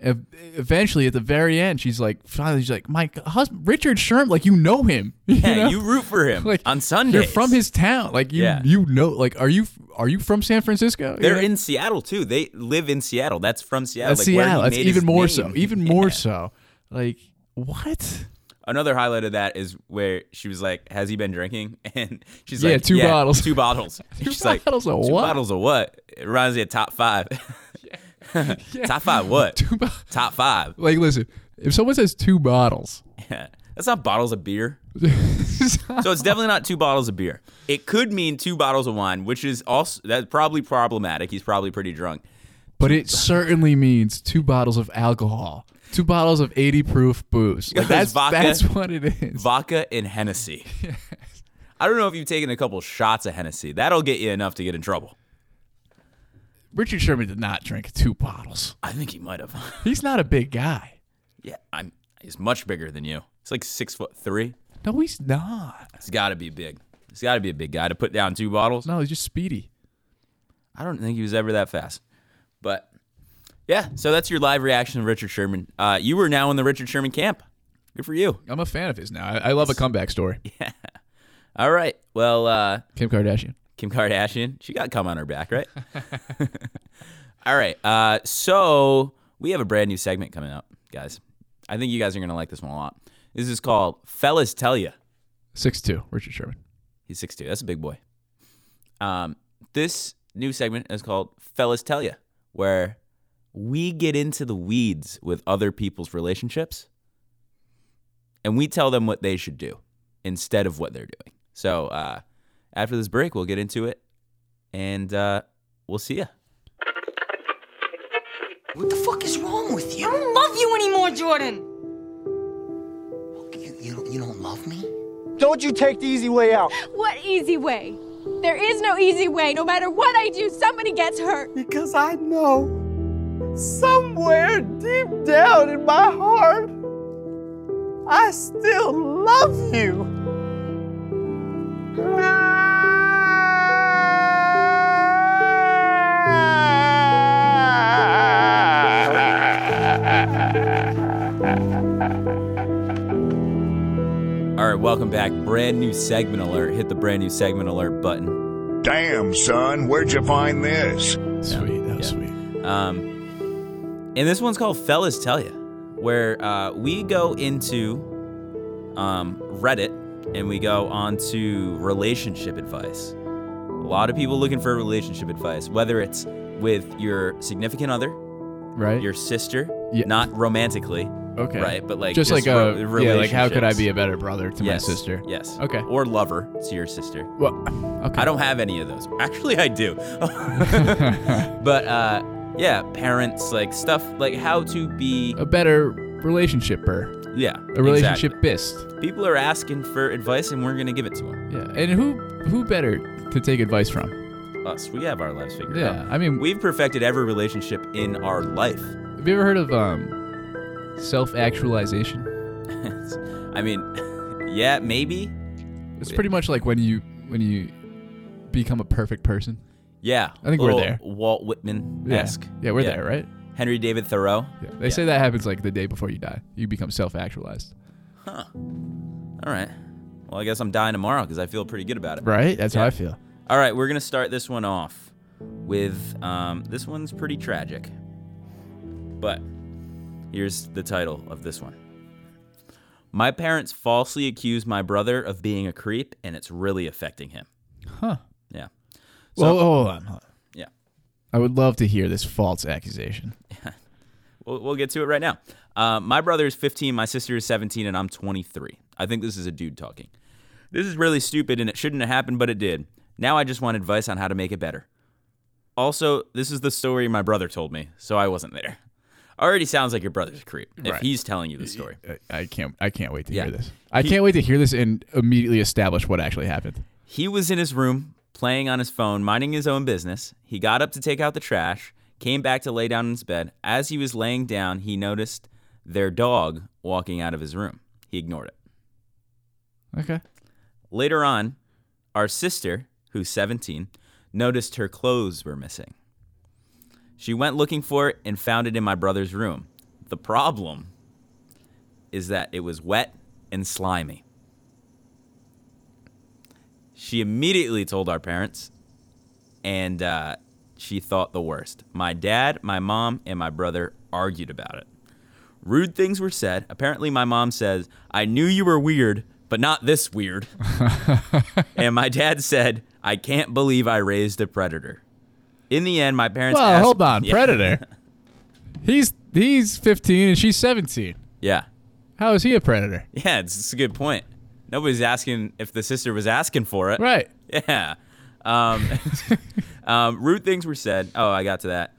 ev- eventually at the very end, she's like, finally, she's like, my husband Richard Sherman, like you know him,
yeah,
know?
you root for him on Sunday.
You're from his town, like you
Yeah.
you know, like are you are you from San Francisco? You
They're
know?
in Seattle too. They live in Seattle. That's from Seattle.
That's
like where he
Uh, Seattle. That's
made his
even more
name.
so. Even more so. Like what?
Another highlight of that is where she was like, "Has he been drinking?" And she's
Yeah,
like,
two bottles.
two bottles." two she's
bottles
like,
of
two
what?"
bottles of what?" It reminds me of top five. top five what? top five.
Like listen, if someone says two bottles,
Yeah. That's not bottles of beer. so it's definitely not two bottles of beer. It could mean two bottles of wine, which is also that's probably problematic. He's probably pretty drunk.
But it certainly means two bottles of alcohol, two bottles of 80 proof booze. Like
There's
that's that's what it is.
Vodka and Hennessy. I don't know if you've taken a couple shots of Hennessy. That'll get you enough to get in trouble.
Richard Sherman did not drink two bottles.
I think he might have.
He's not a big guy.
yeah, I'm. He's much bigger than you. He's like six foot three.
No, he's not.
He's got to be big. He's got to be a big guy to put down two bottles.
No, he's just speedy.
I don't think he was ever that fast. But yeah, so that's your live reaction of Richard Sherman. Uh, you were now in the Richard Sherman camp. Good for you.
I'm a fan of his now. I, I love a comeback story.
All right. Well, uh,
Kim Kardashian.
Kim Kardashian, she got cum on her back, right? All right. Uh, so we have a brand new segment coming up, guys. I think you guys are going to like this one a lot. This is called Fellas Tell Ya.
Six two. Richard Sherman.
He's 6'2. That's a big boy. Um, this new segment is called Fellas Tell Ya, where we get into the weeds with other people's relationships and we tell them what they should do instead of what they're doing. So uh, after this break, we'll get into it and uh, we'll see ya.
What the fuck is wrong with you? I don't love you anymore, Jordan.
You, you, you don't love me? Don't you take the easy way out.
What easy way? There is no easy way. No matter what I do, somebody gets hurt.
Because I know somewhere deep down in my heart, I still love you.
All right, welcome back. Brand new segment alert. Hit the brand new segment alert button.
Damn, son, where'd you find this?
Sweet, that was sweet.
Um, and this one's called Fellas Tell Ya, where uh, we go into um, Reddit and we go on to relationship advice. A lot of people looking for relationship advice, whether it's with your significant other,
right?
Your sister, not romantically,
Okay.
right? But like
just, like
ro-
a yeah, like how could I
relationships.
be a better brother to my
Yes,
sister?
Yes.
Okay.
Or lover to your sister.
Well,
I don't have any of those. Actually, I do. but uh, yeah, parents like stuff like how to be.
A better relationship-er.
Yeah,
A relationship bist.
People are asking for advice, and we're gonna give it to them.
Yeah. And who who better to take advice from?
Us, we have our lives figured
Yeah,
out.
I mean-
we've perfected every relationship in our life.
Have you ever heard of um self-actualization?
I mean, yeah, maybe.
It's pretty much like when you when you become a perfect person.
Yeah.
I think we're
little
there.
Walt Whitman esque.
Yeah. Yeah, we're there, right?
Henry David Thoreau.
Yeah. They say that happens like the day before you die. You become self-actualized.
Huh. All right. Well, I guess I'm dying tomorrow because I feel pretty good about it.
Right? That's how
Yeah.
I feel.
All right, we're gonna start this one off with um, this one's pretty tragic, but here's the title of this one. My parents falsely accused my brother of being a creep, and it's really affecting him.
Huh.
Yeah.
well, oh, hold on, hold on.
Yeah.
I would love to hear this false accusation.
We'll, we'll get to it right now. Uh, my brother is 15, my sister is 17, and I'm 23. I think this is a dude talking. This is really stupid and it shouldn't have happened, but it did. Now I just want advice on how to make it better. Also, this is the story my brother told me, so I wasn't there. Already sounds like your brother's a creep if
Right.
he's telling you the story.
I can't. I can't wait to
Yeah.
hear this. I
He-
can't wait to hear this and immediately establish what actually happened.
He was in his room playing on his phone, minding his own business. He got up to take out the trash, came back to lay down in his bed. As he was laying down, he noticed their dog walking out of his room. He ignored it.
Okay.
Later on, our sister, who's 17, noticed her clothes were missing. She went looking for it and found it in my brother's room. The problem is that it was wet and slimy. She immediately told our parents, and uh, she thought the worst. My dad, my mom, and my brother argued about it. Rude things were said. Apparently, my mom says, I knew you were weird, but not this weird. and my dad said, I can't believe I raised a predator. In the end, my parents.
well,
asked-
hold on,
Yeah.
predator. he's he's 15 and she's 17.
yeah.
How is he a predator?
Yeah, it's, it's a good point. Nobody's asking if the sister was asking for it.
Right.
Yeah. Um, um, rude things were said. Oh, I got to that.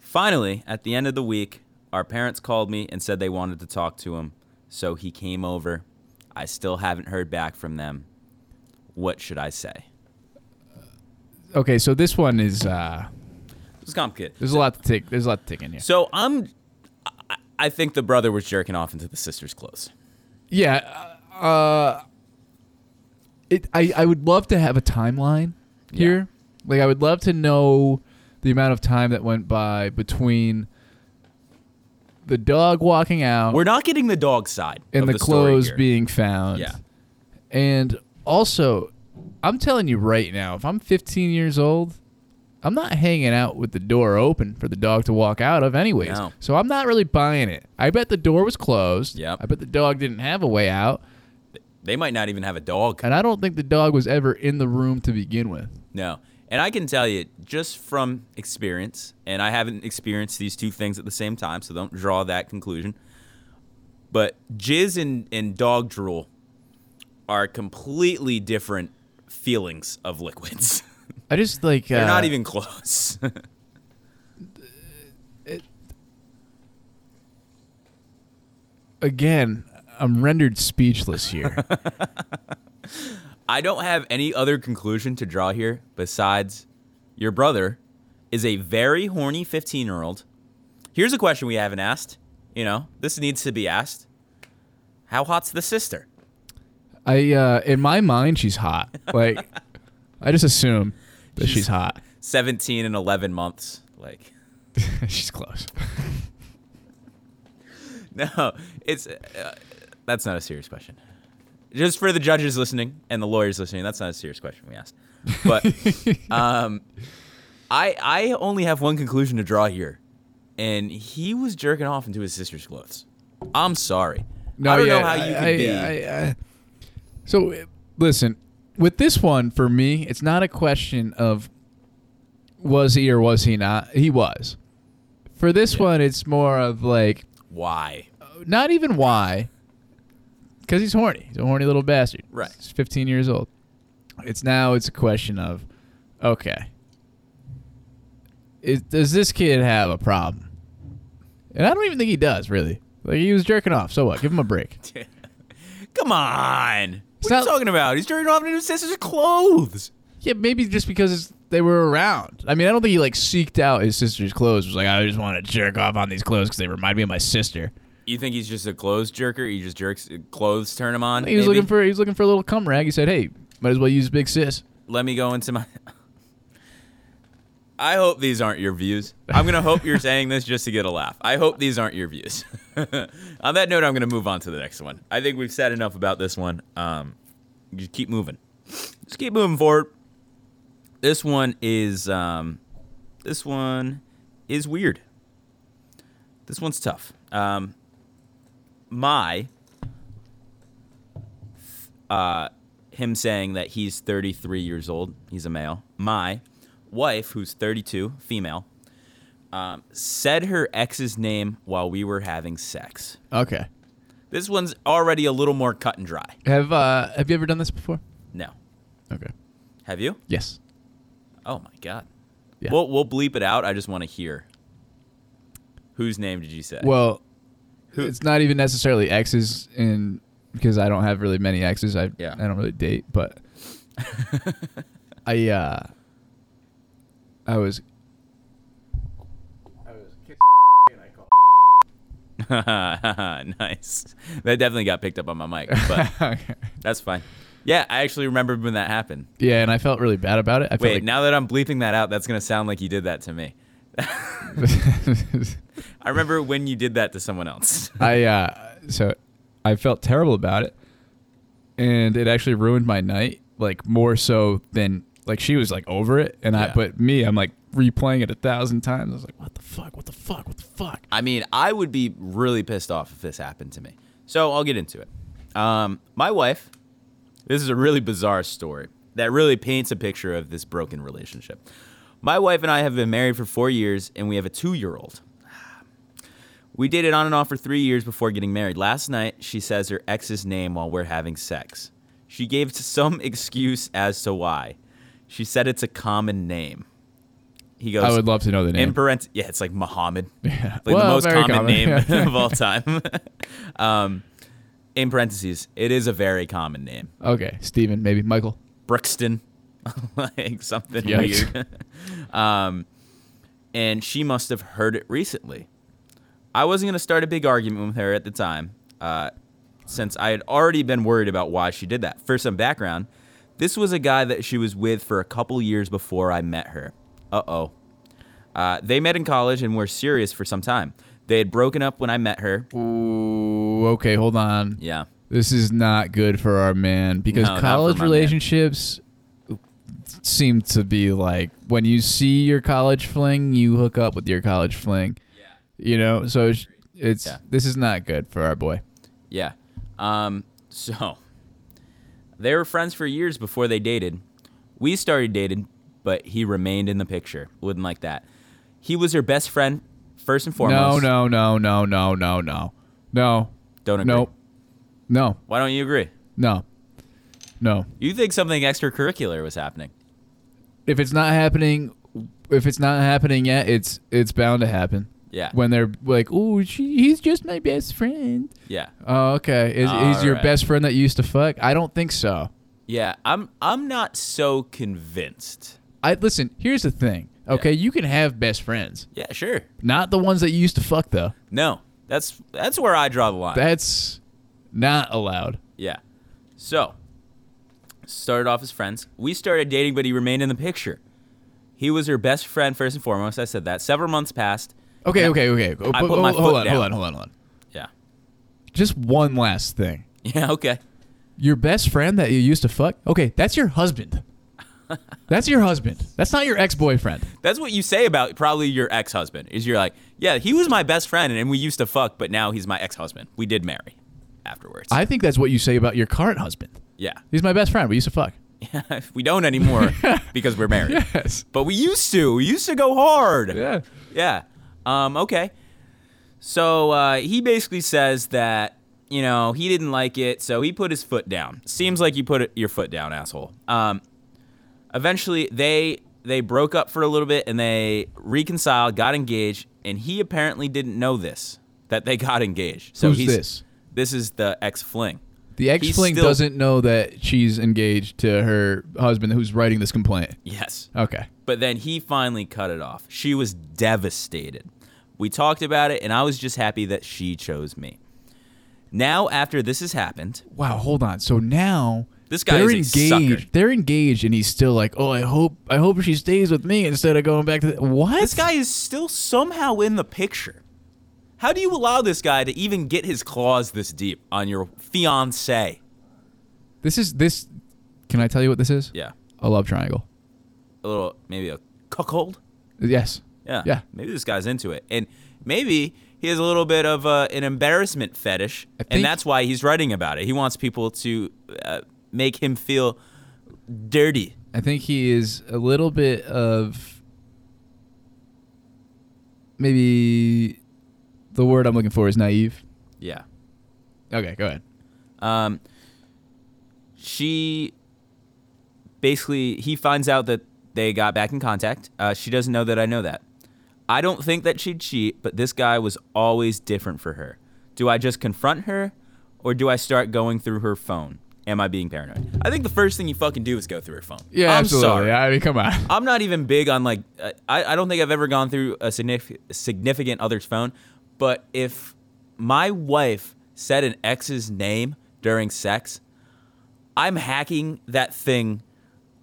Finally, at the end of the week, our parents called me and said they wanted to talk to him. So he came over. I still haven't heard back from them. What should I say?
Okay, so this one is uh,
It's complicated.
there's a lot to take. There's a lot to take in here.
So I'm. I- I think the brother was jerking off into the sister's clothes.
Yeah. Uh, it. I. I would love to have a timeline here. Like, I would love to know the amount of time that went by between the dog walking out
We're not getting the dog side
and
of
the,
story
clothes
here.
being found.
Yeah.
And also, I'm telling you right now, if I'm 15 years old, I'm not hanging out with the door open for the dog to walk out of, anyways.
No.
So I'm not really buying it. I bet the door was closed.
Yep.
I bet the dog didn't have a way out.
They might not even have a dog.
And I don't think the dog was ever in the room to begin with.
No. And I can tell you just from experience, and I haven't experienced these two things at the same time, so don't draw that conclusion. But jizz and, and dog drool are completely different feelings of liquids.
I just like
They're
uh,
not even close.
again. I'm rendered speechless here.
I don't have any other conclusion to draw here besides your brother is a very horny 15 year old. Here's a question we haven't asked. You know, this needs to be asked. How hot's the sister?
I uh, in my mind she's hot. Like I just assume that she's hot.
17 and 11 months. Like,
she's close.
no, it's uh, that's not a serious question. Just for the judges listening and the lawyers listening, that's not a serious question we asked. But um, I I only have one conclusion to draw here, and he was jerking off into his sister's clothes. I'm sorry. I don't know how you
I-
could
I-
be.
I- I- so uh, listen, with this one for me, it's not a question of was he or was he not. He was. For this one, it's more of like
why?
not even why, because he's horny. He's a horny little bastard.
Right.
He's 15 years old. It's now it's a question of, okay, is, does this kid have a problem? And I don't even think he does really. Like he was jerking off. So what? Give him a break.
Come on. What are
not-
you talking about? He's jerking off into his sister's clothes.
Yeah, maybe just because it's, they were around. I mean, I don't think he like seeked out his sister's clothes. Was like, I just want to jerk off on these clothes because they remind me of my sister.
You think he's just a clothes jerker? He just jerks uh, clothes, turn him on.
He was
maybe?
looking for he was looking for a little cum rag. He said, Hey, might as well use big sis.
let me go into my I hope these aren't your views. I'm gonna hope you're saying this just to get a laugh. I hope these aren't your views. on that note, I'm gonna move on to the next one. I think we've said enough about this one. Um, just keep moving. Just keep moving forward. This one is um, this one is weird. This one's tough. Um, my uh, him saying that he's 33 years old. He's a male. My wife, who's 32, female, um, said her ex's name while we were having sex.
Okay.
This one's already a little more cut and dry.
Have uh have you ever done this before?
No.
Okay.
Have you?
Yes.
Oh my god. We'll we'll bleep it out. I just want to hear. Whose name did you say?
Well, it's not even necessarily exes in because I don't have really many exes. I I don't really date, but I uh I was
nice. That definitely got picked up on my mic, but that's fine. Yeah, I actually remembered when that happened.
yeah, and I felt really bad about it. I
Wait,
felt like
now that I'm bleeping that out, that's gonna sound like you did that to me. I remember when you did that to someone else.
I uh so I felt terrible about it. And it actually ruined my night, like more so than like she was like over it and I
Yeah.
but me, I'm like replaying it a thousand times. I was like, What the fuck? What the fuck? What the fuck?
I mean, I would be really pissed off if this happened to me. So I'll get into it. Um, my wife, this is a really bizarre story that really paints a picture of this broken relationship. My wife and I have been married for four years, and we have a two year old. We dated on and off for three years before getting married. Last night, she says her ex's name while we're having sex. She gave some excuse as to why. She said it's a common name. He goes.
I would love to know the name.
In parent- yeah, it's like Muhammad. Yeah. Like
Well,
the most
very
common,
common,
name
yeah.
of all time. um, in parentheses, it is a very common name.
Okay, Steven, maybe Michael.
Brixton, like something
Yikes.
weird. um, and she must have heard it recently. I wasn't going to start a big argument with her at the time, uh, since I had already been worried about why she did that. For some background, this was a guy that she was with for a couple years before I met her. Uh oh. Uh, they met in college and were serious for some time. They had broken up when I met her.
Ooh, okay, hold on.
Yeah.
This is not good for our man because
No, not for
college
my man.
relationships seem to be like when you see your college fling, you hook up with your college fling. Yeah. You know, so it's, it's
Yeah.
this is not good for our boy.
Yeah. Um, so they were friends for years before they dated. We started dating, but he remained in the picture. Wouldn't like that. He was her best friend first and foremost.
No, no, no, no, no, no, no. No.
Don't agree.
Nope. No.
Why don't you agree?
No. No.
You think something extracurricular was happening?
if it's not happening if it's not happening yet it's it's bound to happen
Yeah.
when they're like oh she, he's just my best friend
Yeah.
oh okay is, he's your
Alright.
best friend that you used to fuck i don't think so
Yeah, I'm I'm not so convinced.
i listen here's the thing okay you can have best friends
Yeah, sure.
not the ones that you used to fuck though
No. That's that's where I draw the line.
that's not allowed
Yeah. So, started off as friends. We started dating, but he remained in the picture. He was her best friend first and foremost. I said that. Several months passed.
okay
Yeah.
okay okay
I
But-
put my
oh, hold
foot
on
down.
hold on hold on hold on
Yeah.
just one last thing
Yeah. Okay.
your best friend that you used to fuck okay that's your husband that's your husband that's not your ex-boyfriend
That's what you say about probably your ex-husband. Is you're like, yeah, he was my best friend, and we used to fuck, but now he's my ex-husband. We did marry afterwards.
I think that's what you say about your current husband.
Yeah.
He's my best friend. We used to fuck.
we don't anymore because we're married.
Yes.
But we used to. We used to go hard.
Yeah.
Yeah. Um, okay. So uh, he basically says that, you know, he didn't like it, so he put his foot down. Seems like you put it- your foot down, asshole. Um, eventually, they they broke up for a little bit and they reconciled, got engaged, and he apparently didn't know this that they got engaged. So
Who's
he's,
this?
This is the ex fling.
The ex fling doesn't know that she's engaged to her husband who's writing this complaint.
Yes.
Okay.
But then he finally cut it off. She was devastated. We talked about it, and I was just happy that she chose me. Now, after this has happened,
Wow, hold on. So now
This guy
they're
is a
engaged.
sucker.
They're engaged, and he's still like, "Oh, I hope, I hope she stays with me instead of going back to the, what."
This guy is still somehow in the picture. How do you allow this guy to even get his claws this deep on your fiance?
This is this. Can I tell you what this is?
Yeah.
A love triangle.
A little, maybe a cuckold.
Yes.
Yeah.
Yeah.
Maybe this guy's into it. And maybe he has a little bit of uh, an embarrassment fetish. and that's why he's writing about it. He wants people to uh, make him feel dirty.
I think he is a little bit of maybe the word I'm looking for is naive.
Yeah.
Okay, go ahead.
Um, she basically, he finds out that they got back in contact. Uh, she doesn't know that I know that. I don't think that she'd cheat, but this guy was always different for her. Do I just confront her or do I start going through her phone? Am I being paranoid? I think the first thing you fucking do is go through her phone.
Yeah,
I'm
absolutely.
sorry.
I mean, come on.
I'm not even big on like I, I don't think I've ever gone through a signif- significant other's phone, but if my wife said an ex's name during sex, I'm hacking that thing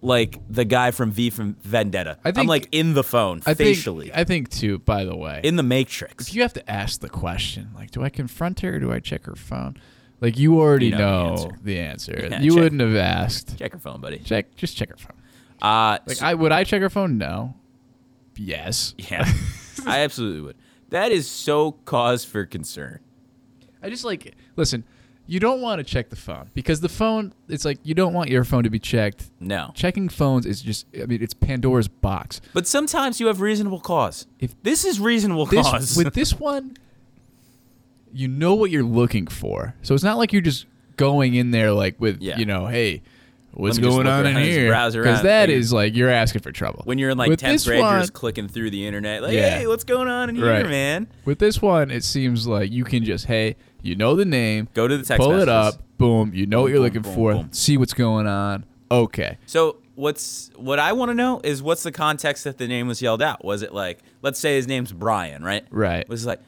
like the guy from V from Vendetta. I am
think-
like in the phone
I
facially
think I think too. By the way,
in the Matrix.
if you have to ask the question, like, do I confront her or do I check her phone? Like, you already
You know the
know,
answer.
the answer.
Yeah,
you
check-
wouldn't have asked.
Check her phone, buddy.
Check, just check her phone.
Uh,
Like,
so-
I would I check her phone? No. Yes.
yeah, I absolutely would. That is so cause for concern.
I just like listen. You don't want to check the phone because the phone. It's like you don't want your phone to be checked.
No.
Checking phones is just. I mean, it's Pandora's box.
But sometimes you have reasonable cause. If this is reasonable
This-
cause,
with this one, you know what you're looking for. So it's not like you're just going in there like with
Yeah.
you know, hey, what's
Let me just
going
look
on in
around, just
here?
browse around.
that
Like-
is like you're asking for trouble.
when you're in like
With
10th
this
grade, you're
one-
just clicking through the internet, like,
Yeah.
hey, what's going on in
Right.
here, man?
With this one, it seems like you can just hey, you know the name,
Go to the text
pull it
messages.
up, boom, you know what
Boom,
you're
boom,
looking
boom,
for,
boom.
see what's going on. Okay,
So what's what I want to know is what's the context that the name was yelled out? Was it like, let's say his name's Brian, right?
right.
Was it like,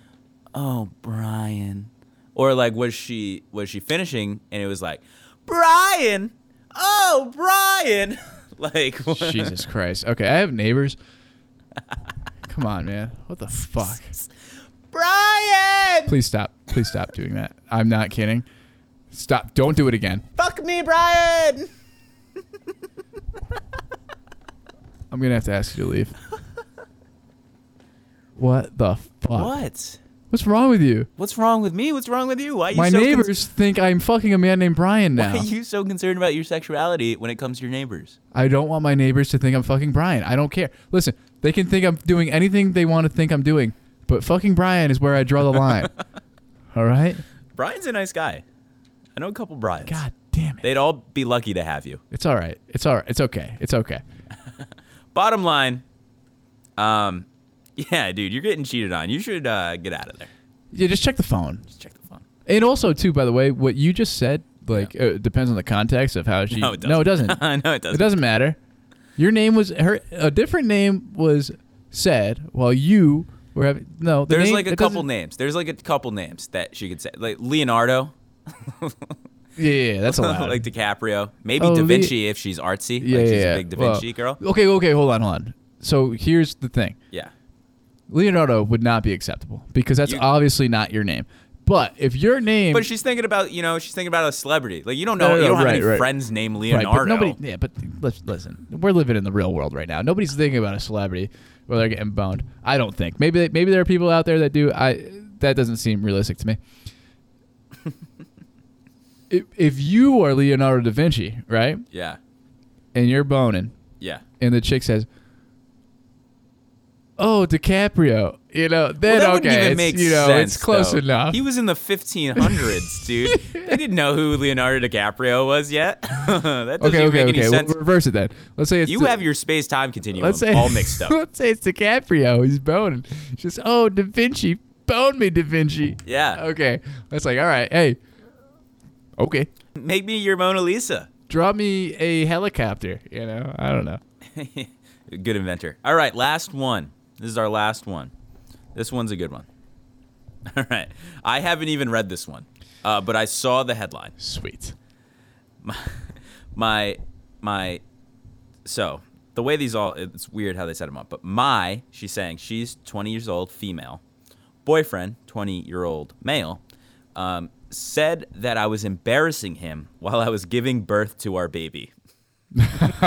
oh Brian, or like was she was she finishing and it was like, Brian, oh Brian, like
Jesus Christ. Okay, I have neighbors. Come on, man. What the fuck?
Brian,
Please stop. Please stop doing that. I'm not kidding. Stop. Don't do it again.
fuck me, Brian.
I'm going to have to ask you to leave. What the fuck?
What?
What's wrong with you?
What's wrong with me? What's wrong with you? Why are you
My
so con-
neighbors think I'm fucking a man named Brian now.
Why are you so concerned about your sexuality when it comes to your neighbors?
I don't want my neighbors to think I'm fucking Brian. I don't care. Listen, they can think I'm doing anything they want to think I'm doing, but fucking Brian is where I draw the line. All right?
Brian's a nice guy. I know a couple Brians. God
damn
it. They'd all be lucky to have you.
It's all right. It's all right. It's okay. It's okay.
Bottom line, um, yeah, dude, you're getting cheated on. You should uh, get out of there.
Yeah, just check the phone.
Just check the phone.
And also, too, by the way, what you just said, like, uh, depends on the context of how she.
No, it doesn't.
No, it doesn't.
No, it doesn't.
It doesn't matter. Your name was her. A different name was said while you were having. No, the
There's
name-
like a
it
couple
doesn't-
names. There's like a couple names that she could say, like Leonardo,
Yeah, yeah, yeah, that's allowed.
like DiCaprio, maybe
Oh,
Da
Le-
Vinci if she's artsy.
yeah,
like she's
yeah, yeah.
a big Da
Well,
Vinci girl.
Okay, okay, hold on, hold on. So here's the thing.
Yeah.
Leonardo would not be acceptable because that's
You-
obviously not your name. But if your name,
But she's thinking about, you know, she's thinking about a celebrity. Like you don't know,
No, no,
you
no,
don't have
right,
any
right.
friends named
Right,
Leonardo.
but nobody, yeah, but let's listen. We're living in the real world right now. Nobody's thinking about a celebrity where they're getting boned. I don't think. Maybe they, maybe there are people out there that do. I that doesn't seem realistic to me. if, if you are Leonardo da Vinci, right,
Yeah.
and you're boning,
Yeah.
and the chick says, "Oh, DiCaprio," you know, then
well, that
okay,
wouldn't even
it's,
make
you know,
sense,
it's close
though.
enough.
He was in the 1500s, dude. they didn't know who Leonardo DiCaprio was yet. that doesn't
okay,
even
okay,
make any
okay. We'll
sense.
reverse it then. Let's say it's
you
the-
have your space time continuum
Let's say
all mixed up.
Let's say it's DiCaprio. He's boning. She's oh Da Vinci, bone me Da Vinci.
Yeah.
Okay. That's like all right. Hey. Okay.
Make me your Mona Lisa.
Draw me a helicopter. You know. I don't know.
good inventor. All right, last one. This is our last one. This one's a good one. All right. I haven't even read this one, uh, but I saw the headline.
Sweet.
My, my my so the way these all it's weird how they set them up but my she's saying she's 20 years old female boyfriend 20 year old male um, said that i was embarrassing him while i was giving birth to our baby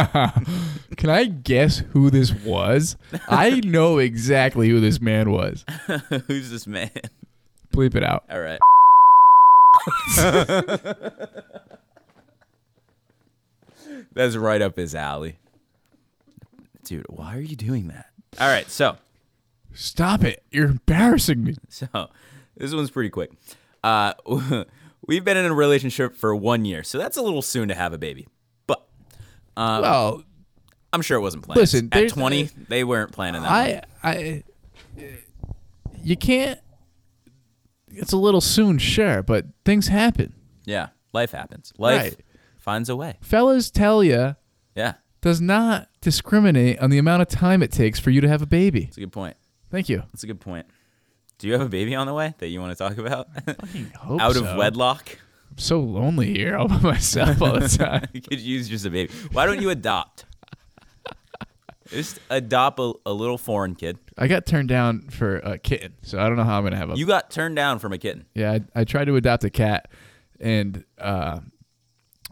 Can I guess who this was? I know exactly who this man was.
who's this man
Bleep it out.
all right that's right up his alley dude why are you doing that all right so
Stop it. You're embarrassing me.
So this one's pretty quick. Uh, we've been in a relationship for one year, so that's a little soon to have a baby. But um,
Well,
I'm sure it wasn't planned.
listen,
at
there's-
20, they weren't planning that.
I, I, you can't. It's a little soon, sure, but things happen.
yeah, life happens. Life
Right.
finds a way.
Fellas tell ya
Yeah,
does not discriminate on the amount of time it takes for you to have a baby.
that's a good point.
Thank you.
That's a good point. Do you have a baby on the way that you want to talk about?
hope
Out
so.
of wedlock.
I'm so lonely here all by myself all the time.
you could use just a baby. Why don't you adopt? just adopt a, a little foreign kid.
I got turned down for a kitten, so I don't know how I'm gonna have a.
You got turned down from a kitten.
yeah, I, I tried to adopt a cat, and uh,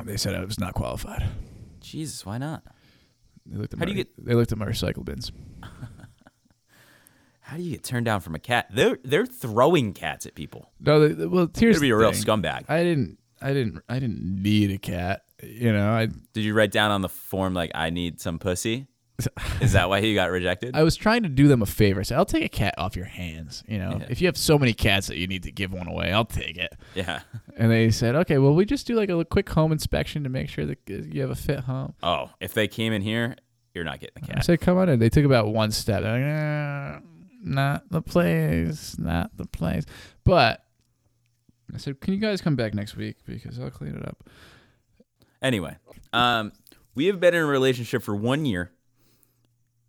they said I was not qualified.
Jesus, why not?
They looked at
How
my,
do you
they looked at my recycle bins.
How do you get turned down from a cat? They're they're throwing cats at people.
No, they, well, here's
You'd be
the
a real
thing.
scumbag.
I didn't, I didn't, I didn't need a cat. You know, I,
Did you write down on the form like I need some pussy? Is that why you got rejected?
I was trying to do them a favor. So I'll take a cat off your hands. You know, if you have so many cats that you need to give one away, I'll take it.
Yeah.
And they said, okay, well, we just do like a li- quick home inspection to make sure that uh, you have a fit home.
Oh, if they came in here, you're not getting the
I
cat.
said, come on in. They took about one step. They're like, "Nah, not the place, not the place. But I said, can you guys come back next week because I'll clean it up.
Anyway, um, we have been in a relationship for one year,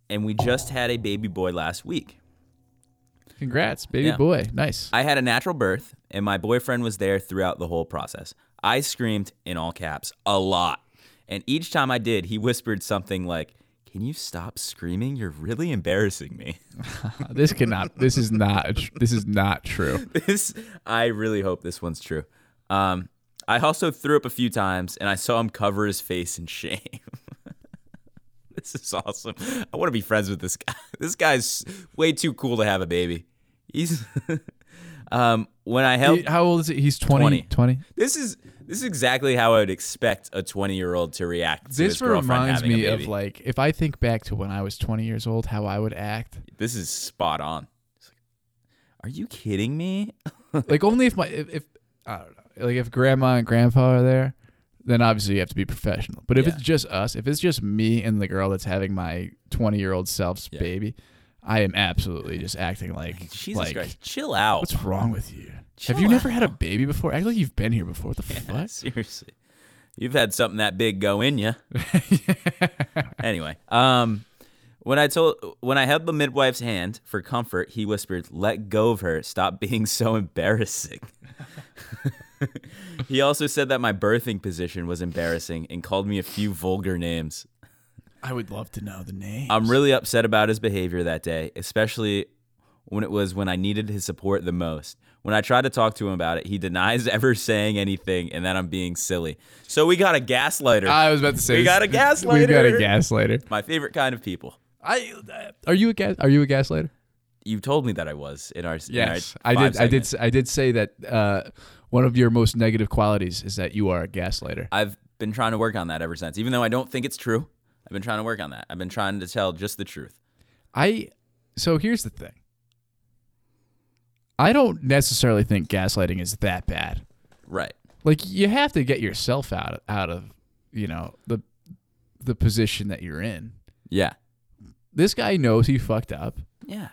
and we just had a baby boy last week.
Congrats, baby
Yeah.
boy. Nice.
I had a natural birth, and my boyfriend was there throughout the whole process. I screamed in all caps a lot. And each time I did, he whispered something like, Can you stop screaming? You're really embarrassing me.
this cannot. This is not. a tr- This is not true.
this, I really hope this one's true. Um, I also threw up a few times, and I saw him cover his face in shame. this is awesome. I want to be friends with this guy. This guy's way too cool to have a baby. He's. um, when I helped.
He- how old is he? He's 20. 20.
This is this is exactly how I would expect a 20 year old to react. to his
This
girlfriend
reminds
having a
me of
baby.
like if I think back to when I was 20 years old, how I would act.
this is spot on. It's like, Are you kidding me?
like only if my if, if I don't know, like if grandma and grandpa are there, then obviously you have to be professional. But if
Yeah.
it's just us, if it's just me and the girl that's having my 20 year old self's baby, I am absolutely just acting like
Jesus
like,
Christ, chill out.
What's wrong with you?
Chill
Have you never had a baby before? Act like you've been here before. What the fuck?
Seriously, you've had something that big go in you. anyway, um, when I told when I held the midwife's hand for comfort, he whispered, "Let go of her. Stop being so embarrassing." he also said that my birthing position was embarrassing and called me a few vulgar names.
I would love to know the name.
I'm really upset about his behavior that day, especially when it was when I needed his support the most. When I tried to talk to him about it, he denies ever saying anything and that I'm being silly. So we got a gaslighter.
I was about to say
we got a
this.
gaslighter.
We got a gaslighter.
My favorite kind of people.
I uh, are you a gas? Are you a gaslighter?
You told me that I was in our in our
Yes, I
five
did. I did.
segment.
s- I did say that uh, one of your most negative qualities is that you are a gaslighter.
I've been trying to work on that ever since. Even though I don't think it's true, I've been trying to work on that. I've been trying to tell just the truth.
I. So here's the thing. I don't necessarily think gaslighting is that bad.
Right.
Like you have to get yourself out of, out of you know the the position that you're in.
Yeah.
This guy knows he fucked up.
Yeah.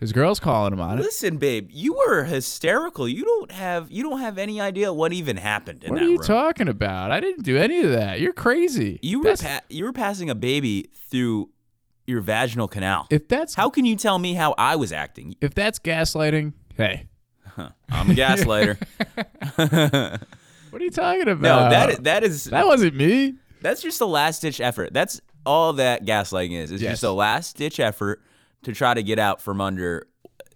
His girl's calling him on it.
Listen, babe, you were hysterical. You don't have you don't have any idea what even happened in
What
that
are you
room.
talking about? I didn't do any of that. You're crazy.
you were pa- you were passing a baby through your vaginal canal.
If that's
how can you tell me how I was acting?
If that's gaslighting, hey,
Huh, I'm a gaslighter.
what are you talking about?
no, that is, that is
Uh, That wasn't me.
That's just a last ditch effort. That's all that gaslighting is. It's
Yes.
just a last ditch effort to try to get out from under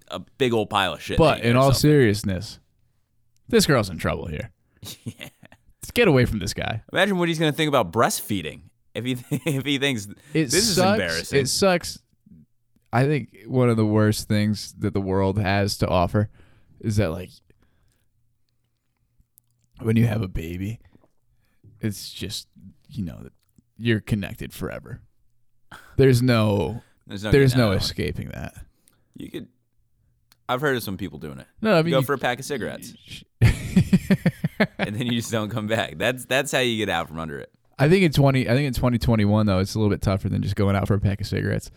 a big old pile of shit.
But in all seriousness, this girl's in trouble here.
Yeah.
Let's get away from this guy.
imagine what he's gonna think about breastfeeding if he if he thinks
It
this is
sucks.
embarrassing.
It sucks. I think one of the worst things that the world has to offer is that like when you have a baby, it's just you know you're connected forever. There's no
There's no
there's
getting
no
out of that one.
escaping that.
you could. I've heard of some people doing it.
No, I mean,
go
you-
for a pack of cigarettes, and then you just don't come back. That's that's how you get out from under it.
I think in twenty, I think in twenty twenty one though, it's a little bit tougher than just going out for a pack of cigarettes.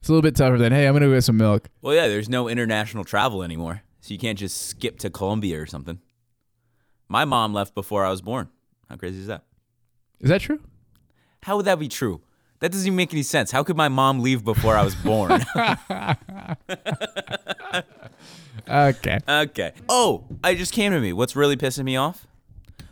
It's a little bit tougher than hey, I'm gonna go get some milk.
Well, yeah, there's no international travel anymore, so you can't just skip to Colombia or something. My mom left before I was born. How crazy is that?
Is that true?
How would that be true? That doesn't even make any sense. How could my mom leave before I was born?
Okay.
okay. Oh, I just came to me. What's really pissing me off?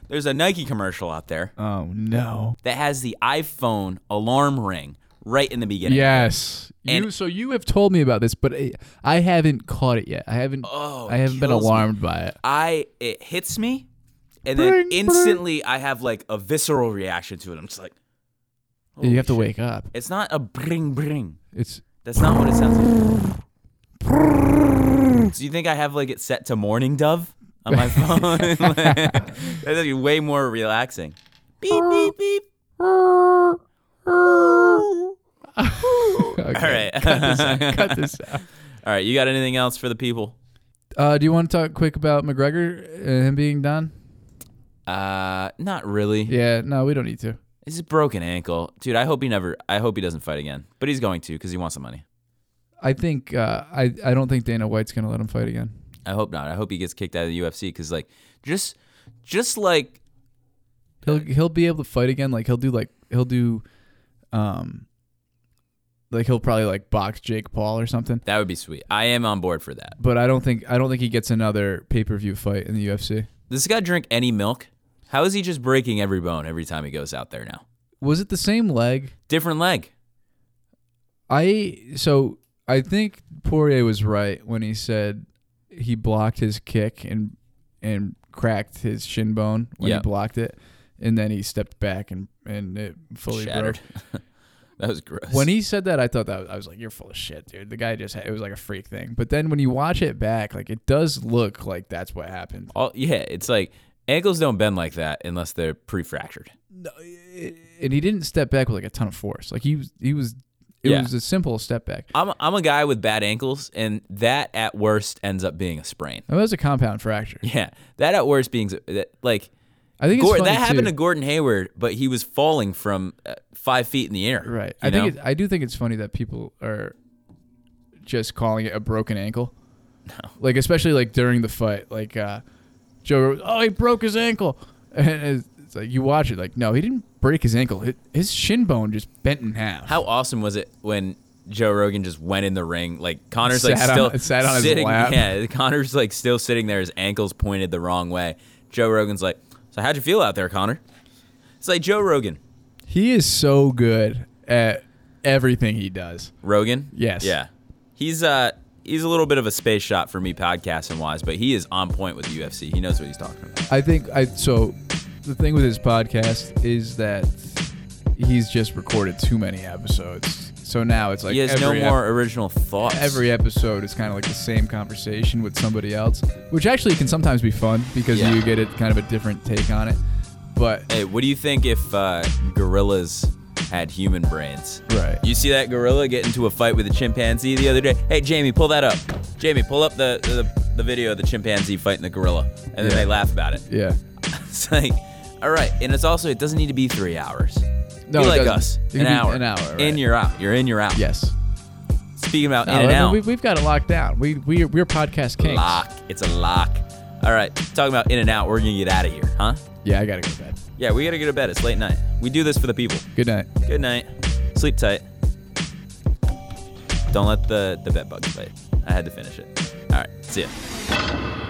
There's a Nike commercial out there
Oh no.
that has the iPhone alarm ring right in the beginning.
Yes.
And-
you, so you have told me about this, but I, I haven't caught it yet. I haven't.
Oh,
I haven't been
kills me.
alarmed by it.
I it hits me, and
Bring,
then
bring.
instantly I have like a visceral reaction to it. I'm just like,
you have to wake up.
it's not a bring bring.
It's
That's not what it sounds like. Do you think I have like it set to Morning Dove on my phone? That's actually way more relaxing. Beep beep beep. All right,
cut this out, cut this out.
All right, you got anything else for the people?
Uh, do you want to talk quick about McGregor and him being done?
Uh, not really.
Yeah. No, we don't need to.
It's a broken ankle, dude. I hope he never. I hope he doesn't fight again, but he's going to because he wants the money.
I think. Uh, I. I don't think Dana White's gonna let him fight again.
I hope not. I hope he gets kicked out of the UFC because like just just like
He'll he'll be able to fight again. Like he'll do like he'll do, um, like he'll probably like box Jake Paul or something.
that would be sweet. I am on board for that.
But I don't think I don't think he gets another pay per view fight in the UFC.
Does this guy drink any milk? How is he just breaking every bone every time he goes out there now?
Was it the same leg?
Different leg.
I so I think Poirier was right when he said he blocked his kick and and cracked his shin bone when
Yeah.
he blocked it, and then he stepped back and and it fully
Shattered.
broke.
that was gross.
When he said that, I thought that I was like, "You're full of shit, dude." The guy just had, it was like a freak thing. But then when you watch it back, like it does look like that's what happened.
All, yeah, it's like ankles don't bend like that unless they're pre-fractured.
And he didn't step back with like a ton of force. Like he was, he was, it
Yeah.
was a simple step back.
I'm I'm a guy with bad ankles, and that at worst ends up being a sprain.
That was a compound fracture.
Yeah, that at worst being that, like.
I think it's
Gor-
funny,
that happened
too.
to Gordon Hayward, but he was falling from uh, five feet in the air.
Right.
you
I
know?
think it, I do think it's funny that people are just calling it a broken ankle. No. Like especially like during the fight, like uh, Joe, Rogan, oh he broke his ankle, and it's, it's like you watch it, like no he didn't break his ankle, It- his shin bone just bent in half.
How awesome was it when Joe Rogan just went in the ring? Like Connor's like
Sat on-
still
sat on his
sitting,
lap.
Yeah, Connor's like still sitting there. His ankles pointed the wrong way. Joe Rogan's like, "So how'd you feel out there, Connor?" It's like Joe Rogan.
He is so good at everything he does.
Rogan.
Yes.
Yeah. He's uh he's a little bit of a space shot for me podcasting wise, but he is on point with the UFC. He knows what he's talking about.
I think I so the thing with his podcast is that he's just recorded too many episodes. So now it's like
he has no
every ep-
more original thoughts.
every episode is kind of like the same conversation with somebody else, which actually can sometimes be fun because
Yeah.
you get it kind of a different take on it. But
Hey, what do you think if uh, gorillas had human brains?
Right.
You see that gorilla get into a fight with a chimpanzee the other day? Hey, Jamie, pull that up. Jamie, pull up the the, the video of the chimpanzee fighting the gorilla, and then
Yeah.
they laugh about it.
yeah,
it's like, all right, and it's also it doesn't need to be three hours.
No,
be
it
like
doesn't.
us,
It can
an
be
hour,
an hour,
in
right.
you're out. You're in, you're out.
Yes.
Speaking about
No,
in and
I mean,
out,
We, we've got it locked down. We we we're podcast kings.
lock. It's a lock. All right, talking about in and out, we're gonna get out of here, huh?
Yeah, I gotta go to bed.
Yeah, we gotta go to bed. It's late night. We do this for the people.
Good night.
Good night. Sleep tight. Don't let the, the bed bugs bite. I had to finish it. All right. See ya.